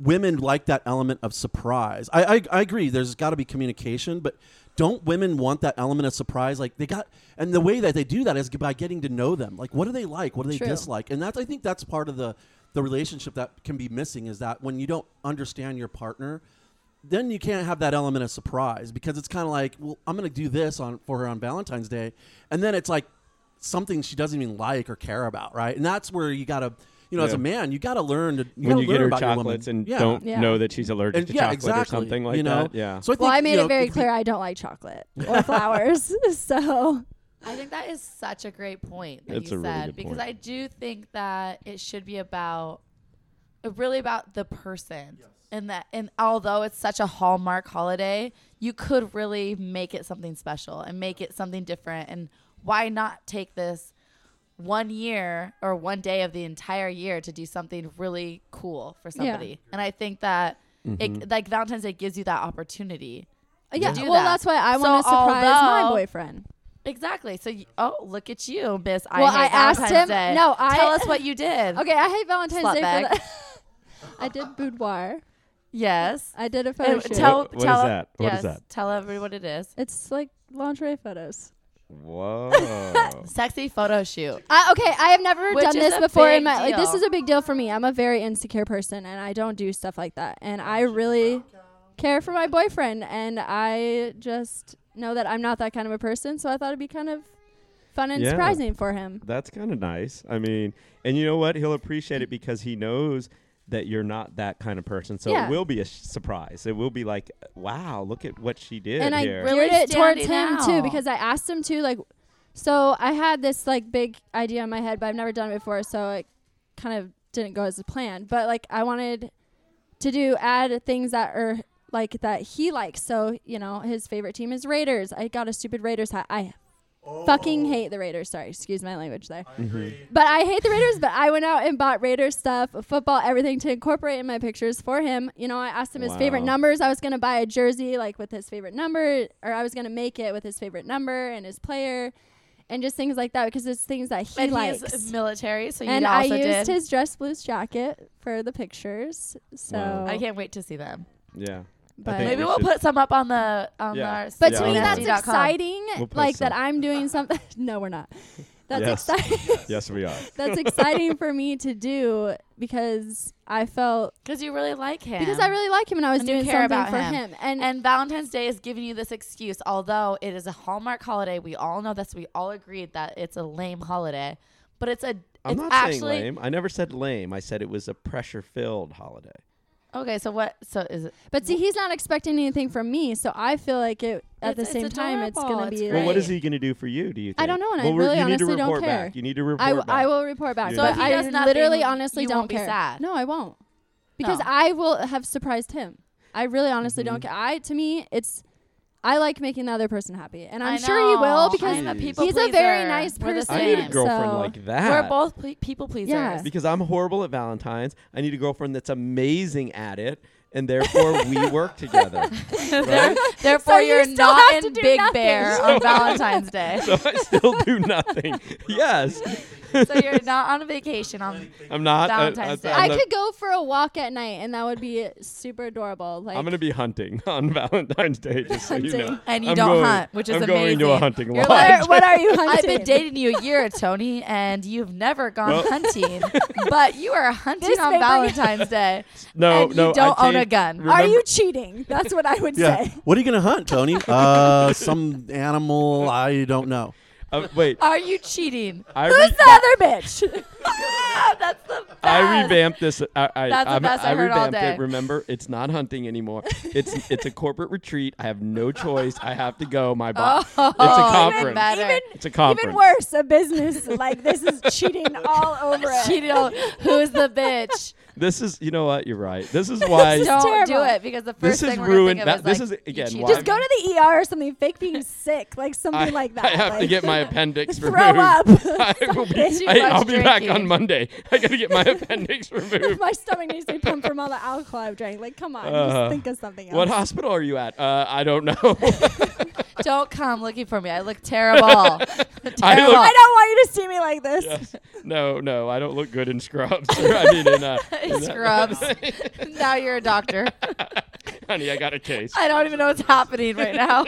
Speaker 3: women like that element of surprise. I I, I agree. There's got to be communication, but don't women want that element of surprise? Like they got, and the way that they do that is by getting to know them. Like, what do they like? What do they
Speaker 4: True.
Speaker 3: dislike? And that's. I think that's part of the the relationship that can be missing is that when you don't understand your partner. Then you can't have that element of surprise because it's kind of like, well, I'm going to do this on for her on Valentine's Day, and then it's like, something she doesn't even like or care about, right? And that's where you gotta, you know, as
Speaker 2: Yeah.
Speaker 3: a man, you gotta learn to you
Speaker 2: when
Speaker 3: gotta
Speaker 2: you
Speaker 3: learn
Speaker 2: get her
Speaker 3: about your woman.
Speaker 2: chocolates and
Speaker 3: Yeah.
Speaker 2: don't
Speaker 4: Yeah.
Speaker 2: know that she's allergic
Speaker 3: And
Speaker 2: to
Speaker 3: yeah,
Speaker 2: chocolate
Speaker 3: exactly.
Speaker 2: or something like
Speaker 3: you know?
Speaker 2: that. Yeah.
Speaker 3: So I think,
Speaker 4: Well, I made
Speaker 3: you know,
Speaker 4: it very
Speaker 3: if
Speaker 4: clear I don't like chocolate or flowers. so
Speaker 1: I think that is such a great point that
Speaker 2: It's
Speaker 1: you
Speaker 2: a really
Speaker 1: said
Speaker 2: good
Speaker 1: because
Speaker 2: point.
Speaker 1: I do think that it should be about uh, really about the person. And that and although it's such a hallmark holiday, you could really make it something special and make it something different and why not take this one year or one day of the entire year to do something really cool for somebody. And I think that
Speaker 2: Mm-hmm.
Speaker 1: it, like Valentine's Day gives you that opportunity.
Speaker 4: Uh, yeah,
Speaker 1: do
Speaker 4: well,
Speaker 1: that.
Speaker 4: that's why I
Speaker 1: So
Speaker 4: want to surprise my
Speaker 1: although-
Speaker 4: boyfriend.
Speaker 1: Exactly. So, you, oh, look at you, Miss. I
Speaker 4: Well,
Speaker 1: hate
Speaker 4: I asked
Speaker 1: Valentine's
Speaker 4: him-
Speaker 1: Day.
Speaker 4: no, I-
Speaker 1: tell us what you did.
Speaker 4: Okay, I hate Valentine's
Speaker 1: Slut
Speaker 4: Day
Speaker 1: bag.
Speaker 4: for that. I did boudoir.
Speaker 1: Yes.
Speaker 4: I did a photo
Speaker 1: And
Speaker 4: shoot.
Speaker 1: tell
Speaker 2: What- what
Speaker 1: tell
Speaker 2: is that? What is
Speaker 1: yes,
Speaker 2: that?
Speaker 1: Tell everyone what it is.
Speaker 4: It's like lingerie photos.
Speaker 2: Whoa.
Speaker 1: Sexy photo shoot.
Speaker 4: I, okay, I have never
Speaker 1: Which
Speaker 4: done
Speaker 1: is
Speaker 4: this
Speaker 1: a
Speaker 4: before in
Speaker 1: big
Speaker 4: my like, this
Speaker 1: deal.
Speaker 4: is a big deal for me. I'm a very insecure person and I don't do stuff like that. And I really care for my boyfriend and I just know that I'm not that kind of a person, so I thought it'd be kind of fun and
Speaker 2: Yeah.
Speaker 4: surprising for him.
Speaker 2: That's kind of nice. I mean, and you know what? He'll appreciate it because he knows that you're not that kind of person. So
Speaker 4: Yeah.
Speaker 2: it will be a sh- surprise. It will be like, wow, look at what she did
Speaker 4: and I
Speaker 2: here.
Speaker 1: really
Speaker 4: geared it towards him
Speaker 1: standing
Speaker 4: too
Speaker 1: out.
Speaker 4: because I asked him to like. So I had this like big idea in my head, but I've never done it before, so it kind of didn't go as a plan. But like I wanted to do add things that are like that he likes. So you know his favorite team is Raiders. I got a stupid Raiders hat. I fucking hate the Raiders. Sorry, excuse my language there.
Speaker 2: Mm-hmm.
Speaker 4: But I hate the Raiders, but I went out and bought Raiders stuff, football, everything to incorporate in my pictures for him. You know, I asked him his favorite
Speaker 2: Wow.
Speaker 4: numbers. I was going to buy a jersey like with his favorite number, or I was going to make it with his favorite number and his player. and just things like that because it's things that he
Speaker 1: and
Speaker 4: likes.
Speaker 1: he's military, so you
Speaker 4: and I
Speaker 1: also
Speaker 4: used
Speaker 1: did.
Speaker 4: his dress blues jacket for the pictures. So
Speaker 2: Wow.
Speaker 1: I can't wait to see them.
Speaker 2: Yeah.
Speaker 4: But
Speaker 2: think
Speaker 1: Maybe
Speaker 2: we
Speaker 1: we'll
Speaker 2: should-
Speaker 1: put some up on the on
Speaker 2: Yeah.
Speaker 1: our.
Speaker 4: But
Speaker 2: Yeah,
Speaker 4: to
Speaker 2: I'll
Speaker 4: me,
Speaker 2: let
Speaker 4: that's
Speaker 2: you
Speaker 4: exciting.
Speaker 2: We'll post
Speaker 4: like that,
Speaker 2: some.
Speaker 4: I'm doing something. no, we're not. That's
Speaker 2: Yes.
Speaker 4: exciting.
Speaker 2: Yes, we are.
Speaker 4: that's exciting for me to do because I felt
Speaker 1: Because you really like him.
Speaker 4: because I really like him and I was
Speaker 1: And you
Speaker 4: doing
Speaker 1: care
Speaker 4: something
Speaker 1: about
Speaker 4: for
Speaker 1: him.
Speaker 4: him. And,
Speaker 1: And Valentine's Day is giving you this excuse, although it is a Hallmark holiday. We all know this. We all agreed that it's a lame holiday, but it's a.
Speaker 2: I'm
Speaker 1: it's
Speaker 2: not saying
Speaker 1: actually
Speaker 2: lame. I never said lame. I said it was a pressure filled holiday.
Speaker 1: okay. So what? So is it?
Speaker 4: but see, he's not expecting anything from me, so I feel like it at
Speaker 1: It's-
Speaker 4: the same
Speaker 1: it's
Speaker 4: time it's
Speaker 1: adorable.
Speaker 4: gonna
Speaker 1: It's
Speaker 4: be.
Speaker 1: great.
Speaker 2: Well, what
Speaker 4: like-
Speaker 2: is he going to do for you, do you think?
Speaker 4: I don't know, and I
Speaker 2: well, we're-
Speaker 4: really
Speaker 2: you need to
Speaker 4: honestly don't
Speaker 2: report
Speaker 4: care.
Speaker 2: Back. You need to report
Speaker 4: I, w-
Speaker 2: back.
Speaker 4: I will report back.
Speaker 2: So
Speaker 4: but
Speaker 2: if he
Speaker 4: I
Speaker 1: does nothing,
Speaker 4: literally, honestly,
Speaker 1: you
Speaker 4: don't
Speaker 1: won't be
Speaker 4: care.
Speaker 1: sad.
Speaker 4: No, I won't, because
Speaker 1: No.
Speaker 4: I will have surprised him. I really, honestly, don't
Speaker 2: Mm-hmm.
Speaker 4: care. I to me, it's I like making the other person happy, and I'm
Speaker 1: I
Speaker 4: sure he will
Speaker 1: know.
Speaker 4: because
Speaker 1: I'm a
Speaker 2: Jeez.
Speaker 1: people
Speaker 4: he's a very
Speaker 1: pleaser.
Speaker 4: nice
Speaker 1: We're the
Speaker 4: person.
Speaker 2: I need a
Speaker 1: same.
Speaker 2: girlfriend
Speaker 4: So-
Speaker 2: like
Speaker 1: We're
Speaker 2: that.
Speaker 1: both ple- people pleasers.
Speaker 4: Yeah.
Speaker 2: because I'm horrible at Valentine's. I need a girlfriend that's amazing at it, and therefore we work together. Right?
Speaker 1: Therefore,
Speaker 4: So you
Speaker 1: you're
Speaker 4: still
Speaker 1: not
Speaker 4: have to
Speaker 1: in
Speaker 4: do
Speaker 1: Big
Speaker 4: nothing.
Speaker 1: Bear on Valentine's Day.
Speaker 2: So I still do nothing. Yes,
Speaker 1: so you're not on a vacation on.
Speaker 2: I'm not. I- I-
Speaker 1: Valentine's Day.
Speaker 2: I'm
Speaker 4: I
Speaker 2: not-
Speaker 4: could go for a walk at night, and that would be super adorable. Like
Speaker 2: I'm gonna be hunting on Valentine's Day, just so you know.
Speaker 4: Hunting.
Speaker 1: And you
Speaker 2: I'm
Speaker 1: don't
Speaker 2: going-
Speaker 1: hunt, which is
Speaker 2: I'm
Speaker 1: amazing.
Speaker 2: going to a hunting
Speaker 1: You're
Speaker 2: lodge.
Speaker 1: like,
Speaker 4: What are- what are you
Speaker 1: I've been
Speaker 4: hunting?"
Speaker 1: dating you a year, Tony, and you've never gone
Speaker 2: Well-
Speaker 1: hunting, but you are hunting
Speaker 4: This
Speaker 1: on
Speaker 4: may bring-
Speaker 1: Valentine's Day.
Speaker 2: no,
Speaker 1: and you
Speaker 2: no, I
Speaker 1: don't own a
Speaker 2: take-
Speaker 1: gun. Are
Speaker 4: Are
Speaker 2: remember-
Speaker 4: you cheating? That's what I would
Speaker 3: Yeah.
Speaker 4: say.
Speaker 3: What are you gonna hunt, Tony? uh, some animal. I don't know.
Speaker 2: uh, wait,
Speaker 1: Are you cheating?
Speaker 2: I,
Speaker 4: Who's
Speaker 2: re-
Speaker 4: the other bitch?
Speaker 1: Ah, that's the best.
Speaker 2: I revamped this. I, I,
Speaker 1: That's the
Speaker 2: I'm-
Speaker 1: best
Speaker 2: I
Speaker 1: I've heard all
Speaker 2: revamped
Speaker 1: day.
Speaker 2: it. Remember, it's not hunting anymore. It's it's a corporate retreat. I have no choice. I have to go. My boss. it's a
Speaker 1: Oh, even
Speaker 2: conference.
Speaker 1: better.
Speaker 4: Even
Speaker 2: It's a conference.
Speaker 4: even worse, a business like this is cheating all over it.
Speaker 1: Cheating on- who's the bitch?
Speaker 2: This is. You know what? You're right. This is why.
Speaker 1: don't do
Speaker 4: terrible.
Speaker 1: it because the
Speaker 2: This
Speaker 1: first
Speaker 2: is
Speaker 1: thing we're gonna
Speaker 2: ruined
Speaker 1: think
Speaker 2: va-
Speaker 1: of is
Speaker 2: this
Speaker 1: like,
Speaker 2: is,
Speaker 1: you
Speaker 2: again,
Speaker 1: cheated.
Speaker 2: why-
Speaker 4: Just go to the ER or something. Fake being sick, like something
Speaker 2: I,
Speaker 4: like that.
Speaker 2: I have to
Speaker 4: like-
Speaker 2: get my appendix
Speaker 4: Throw
Speaker 2: removed.
Speaker 4: up.
Speaker 2: I will be,
Speaker 1: Too
Speaker 2: I,
Speaker 1: much
Speaker 2: I'll be back
Speaker 1: drinking.
Speaker 2: on Monday. I gotta get my appendix removed.
Speaker 4: my stomach needs to be pumped from all the alcohol I've drank. Like, come on,
Speaker 2: Uh,
Speaker 4: just think of something else.
Speaker 2: What hospital are you at? Uh, I don't know.
Speaker 1: Don't come looking for me. I look terrible.
Speaker 2: I
Speaker 1: Terrible.
Speaker 2: look
Speaker 4: I don't want you to see me like this.
Speaker 2: Yes. No, no, I don't look good in scrubs. Or, I mean, in, uh, in that-
Speaker 1: Scrubs. now you're a doctor.
Speaker 2: honey, I got a case.
Speaker 1: I don't even know what's happening right now.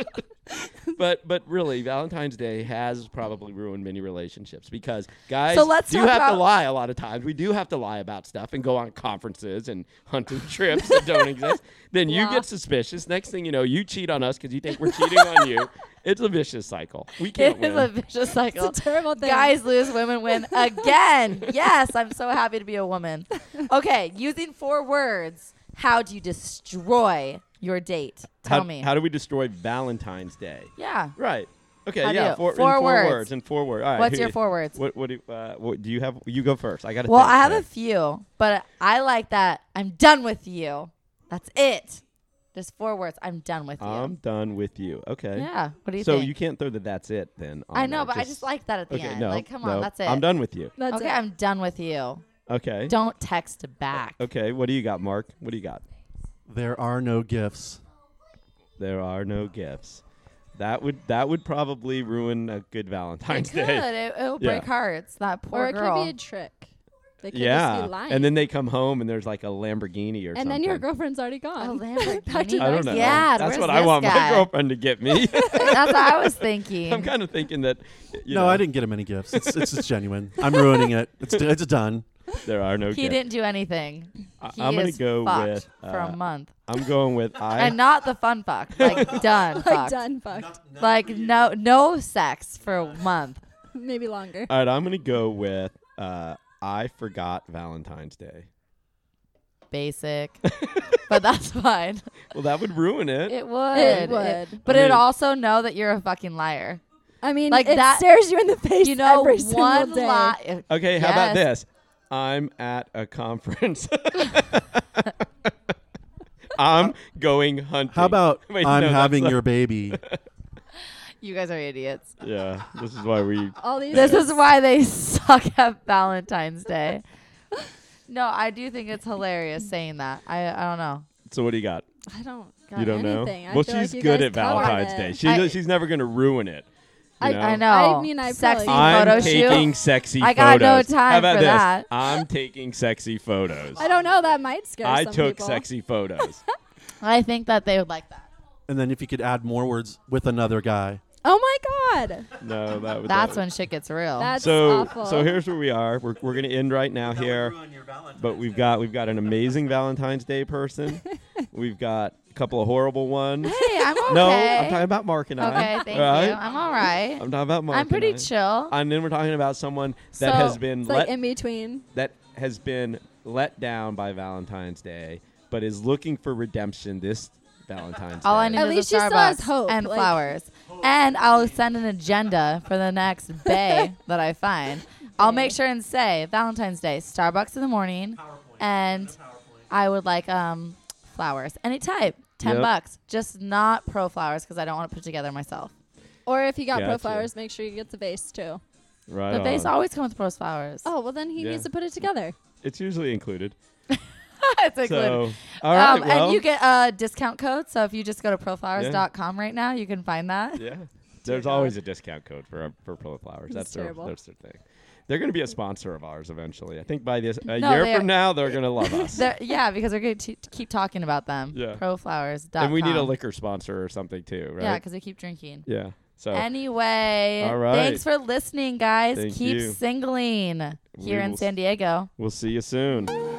Speaker 2: But but really, Valentine's Day has probably ruined many relationships because guys
Speaker 1: So let's
Speaker 2: do
Speaker 1: talk
Speaker 2: have to
Speaker 1: about-
Speaker 2: lie a lot of times. We do have to lie about stuff and go on conferences and hunting trips that don't exist. Then you
Speaker 1: Yeah.
Speaker 2: get suspicious. Next thing you know, you cheat on us because you think we're cheating on you. It's a vicious cycle. We can't
Speaker 1: It
Speaker 2: win.
Speaker 1: is a vicious cycle.
Speaker 4: It's a terrible thing.
Speaker 1: Guys lose, women win again. yes, I'm so happy to be a woman. Okay, using four words, how do you destroy your date? Tell
Speaker 2: how,
Speaker 1: me.
Speaker 2: How do we destroy Valentine's Day?
Speaker 1: yeah.
Speaker 2: Right. Okay.
Speaker 1: How do
Speaker 2: yeah.
Speaker 1: you-
Speaker 2: Four, in
Speaker 1: four
Speaker 2: four
Speaker 1: words.
Speaker 2: words. In four words. All right.
Speaker 1: What's
Speaker 2: who-
Speaker 1: your four words?
Speaker 2: What, what, do, you- uh, what do you have? You go first. I got to.
Speaker 1: Well, I have a few, but I like that. I'm done with you. That's it. There's four words. I'm done with you.
Speaker 2: I'm done with you. Um, Okay.
Speaker 1: yeah. What do you
Speaker 2: so
Speaker 1: think?
Speaker 2: you can't throw the that's it then. on
Speaker 1: I know,
Speaker 2: there.
Speaker 1: but I just like that at the
Speaker 2: okay,
Speaker 1: end.
Speaker 2: No,
Speaker 1: like, come on,
Speaker 2: no,
Speaker 1: that's it.
Speaker 2: I'm done with you.
Speaker 4: That's
Speaker 1: okay,
Speaker 4: it.
Speaker 1: I'm done with you.
Speaker 2: Okay.
Speaker 1: Don't text back.
Speaker 2: Okay. What do you got, Mark? What do you got?
Speaker 3: There are no gifts.
Speaker 2: There are no gifts. That would that would probably ruin a good
Speaker 1: It
Speaker 2: Valentine's
Speaker 1: could.
Speaker 2: Day.
Speaker 1: It, it'll
Speaker 2: Yeah.
Speaker 1: break hearts. That poor
Speaker 4: or it
Speaker 1: girl.
Speaker 4: could be a trick. They could just
Speaker 2: Yeah.
Speaker 4: be lying.
Speaker 2: And then they come home and there's like a Lamborghini or something.
Speaker 4: and then your girlfriend's already gone.
Speaker 1: A
Speaker 4: Back to
Speaker 1: Lamborghini.
Speaker 2: I don't know.
Speaker 1: Yeah,
Speaker 2: That's
Speaker 1: where's
Speaker 2: what I
Speaker 1: this
Speaker 2: want
Speaker 1: guy?
Speaker 2: my girlfriend to get me.
Speaker 1: That's what I was thinking.
Speaker 2: I'm kind of thinking that. You
Speaker 3: no,
Speaker 2: know,
Speaker 3: I didn't get him any gifts. It's, it's just genuine. I'm ruining it. It's it's done.
Speaker 2: There are no.
Speaker 1: he
Speaker 2: gifts.
Speaker 1: didn't do anything.
Speaker 2: I-
Speaker 1: He
Speaker 2: I'm gonna
Speaker 1: is
Speaker 2: go
Speaker 1: fucked
Speaker 2: with,
Speaker 1: for
Speaker 2: uh,
Speaker 1: a month,
Speaker 2: I'm going with I.
Speaker 1: and not the fun fuck. Like done.
Speaker 4: like
Speaker 1: fucked.
Speaker 4: done, fucked.
Speaker 1: Like no, no sex for a month.
Speaker 4: Maybe longer.
Speaker 2: All right, I'm gonna go with uh, I forgot Valentine's Day.
Speaker 1: Basic, but that's fine.
Speaker 2: Well, that would ruin it.
Speaker 1: It would.
Speaker 4: would.
Speaker 1: but
Speaker 2: I
Speaker 1: it
Speaker 2: mean-
Speaker 1: also know that you're a fucking liar.
Speaker 4: I mean,
Speaker 1: Like
Speaker 4: it
Speaker 1: that-
Speaker 4: stares you in the face
Speaker 1: You know,
Speaker 4: every single
Speaker 1: one
Speaker 4: day.
Speaker 1: lie.
Speaker 2: okay, how
Speaker 1: Yes.
Speaker 2: about this? I'm at a conference. I'm going hunting.
Speaker 3: How about
Speaker 2: Wait,
Speaker 3: I'm
Speaker 2: no, that's
Speaker 3: having
Speaker 2: not-
Speaker 3: your baby?
Speaker 1: You guys are idiots.
Speaker 2: Yeah, this is why we.
Speaker 4: All these
Speaker 1: This is
Speaker 4: things.
Speaker 1: why they suck at Valentine's Day. No, I do think it's hilarious saying that. I I don't know.
Speaker 2: So what do you got?
Speaker 4: I don't. Got
Speaker 2: you don't
Speaker 4: anything.
Speaker 2: know?
Speaker 4: I
Speaker 2: well,
Speaker 4: feel like
Speaker 2: she's
Speaker 4: you
Speaker 2: good
Speaker 4: guys
Speaker 2: at
Speaker 4: covered
Speaker 2: Valentine's
Speaker 4: it.
Speaker 2: Day. She
Speaker 1: I-
Speaker 2: she's never gonna ruin it. You
Speaker 4: I-
Speaker 2: know?
Speaker 1: I know.
Speaker 4: I mean, I
Speaker 1: sexy
Speaker 4: probably-
Speaker 1: photo
Speaker 2: I'm taking
Speaker 1: shoot.
Speaker 2: sexy
Speaker 1: I
Speaker 2: photos.
Speaker 1: got no time
Speaker 2: How about
Speaker 1: for
Speaker 2: this?
Speaker 1: that.
Speaker 2: I'm taking sexy photos.
Speaker 4: I don't know. That might scare
Speaker 2: I
Speaker 4: some
Speaker 2: took
Speaker 4: people.
Speaker 2: sexy photos.
Speaker 1: I think that they would like that.
Speaker 3: And then if you could add more words with another guy.
Speaker 4: Oh my god.
Speaker 2: no, that was
Speaker 1: That's when shit gets real.
Speaker 4: That's
Speaker 2: Oh. so
Speaker 4: awful.
Speaker 2: so here's where we are. We're, we're gonna end right now here. But we've got we've got an amazing Valentine's Day person. we've got a couple of horrible ones.
Speaker 1: hey, I'm okay.
Speaker 2: No, I'm talking about Mark and I.
Speaker 1: okay, thank
Speaker 2: all right?
Speaker 1: you. I'm all right.
Speaker 2: I'm talking about Mark.
Speaker 1: I'm pretty
Speaker 2: and I.
Speaker 1: chill.
Speaker 2: And then we're talking about someone
Speaker 1: So,
Speaker 2: that has been
Speaker 4: it's like
Speaker 2: let-
Speaker 4: in between.
Speaker 2: that has been let down by Valentine's Day, but is looking for redemption this Valentine's
Speaker 1: All I
Speaker 2: Day.
Speaker 1: need
Speaker 4: At
Speaker 1: is
Speaker 4: least
Speaker 1: a
Speaker 4: she still has
Speaker 1: Starbucks
Speaker 4: hope,
Speaker 1: and
Speaker 4: like-
Speaker 1: flowers, and I'll send an agenda for the next bay that I find. I'll make sure and say Valentine's Day, Starbucks in the morning, and I would like um flowers, any type, ten
Speaker 2: Yep.
Speaker 1: bucks, just not pro flowers because I don't want to put together myself.
Speaker 4: Or if you got
Speaker 2: Gotcha.
Speaker 4: pro flowers, make sure you get the vase too.
Speaker 2: Right.
Speaker 1: The vase
Speaker 2: on.
Speaker 1: always comes with pro flowers.
Speaker 4: Oh well, then he
Speaker 2: Yeah.
Speaker 4: needs to put it together.
Speaker 2: It's usually included.
Speaker 1: it's included.
Speaker 2: So, all right.
Speaker 1: um,
Speaker 2: well,
Speaker 1: and you get a discount code, so if you just go to proflowers.com right now, you can find that.
Speaker 2: yeah. There's always a discount code for um, for Pearl Flowers.
Speaker 4: That's
Speaker 2: That's their,
Speaker 4: terrible.
Speaker 2: that's their thing. They're going to be a sponsor of ours eventually. I think by this a
Speaker 1: No,
Speaker 2: year
Speaker 1: they
Speaker 2: from
Speaker 1: are-
Speaker 2: now they're going to love us.
Speaker 1: They're- yeah, because we're going to keep talking about them.
Speaker 2: Yeah.
Speaker 1: Proflowers.com.
Speaker 2: and we need a liquor sponsor or something too, right?
Speaker 1: Yeah, because we keep drinking.
Speaker 2: yeah. So
Speaker 1: Anyway,
Speaker 2: All right.
Speaker 1: thanks for listening, guys.
Speaker 2: Thank
Speaker 1: keep
Speaker 2: you.
Speaker 1: singling
Speaker 2: We
Speaker 1: here in
Speaker 2: will
Speaker 1: San Diego.
Speaker 2: we'll see you soon.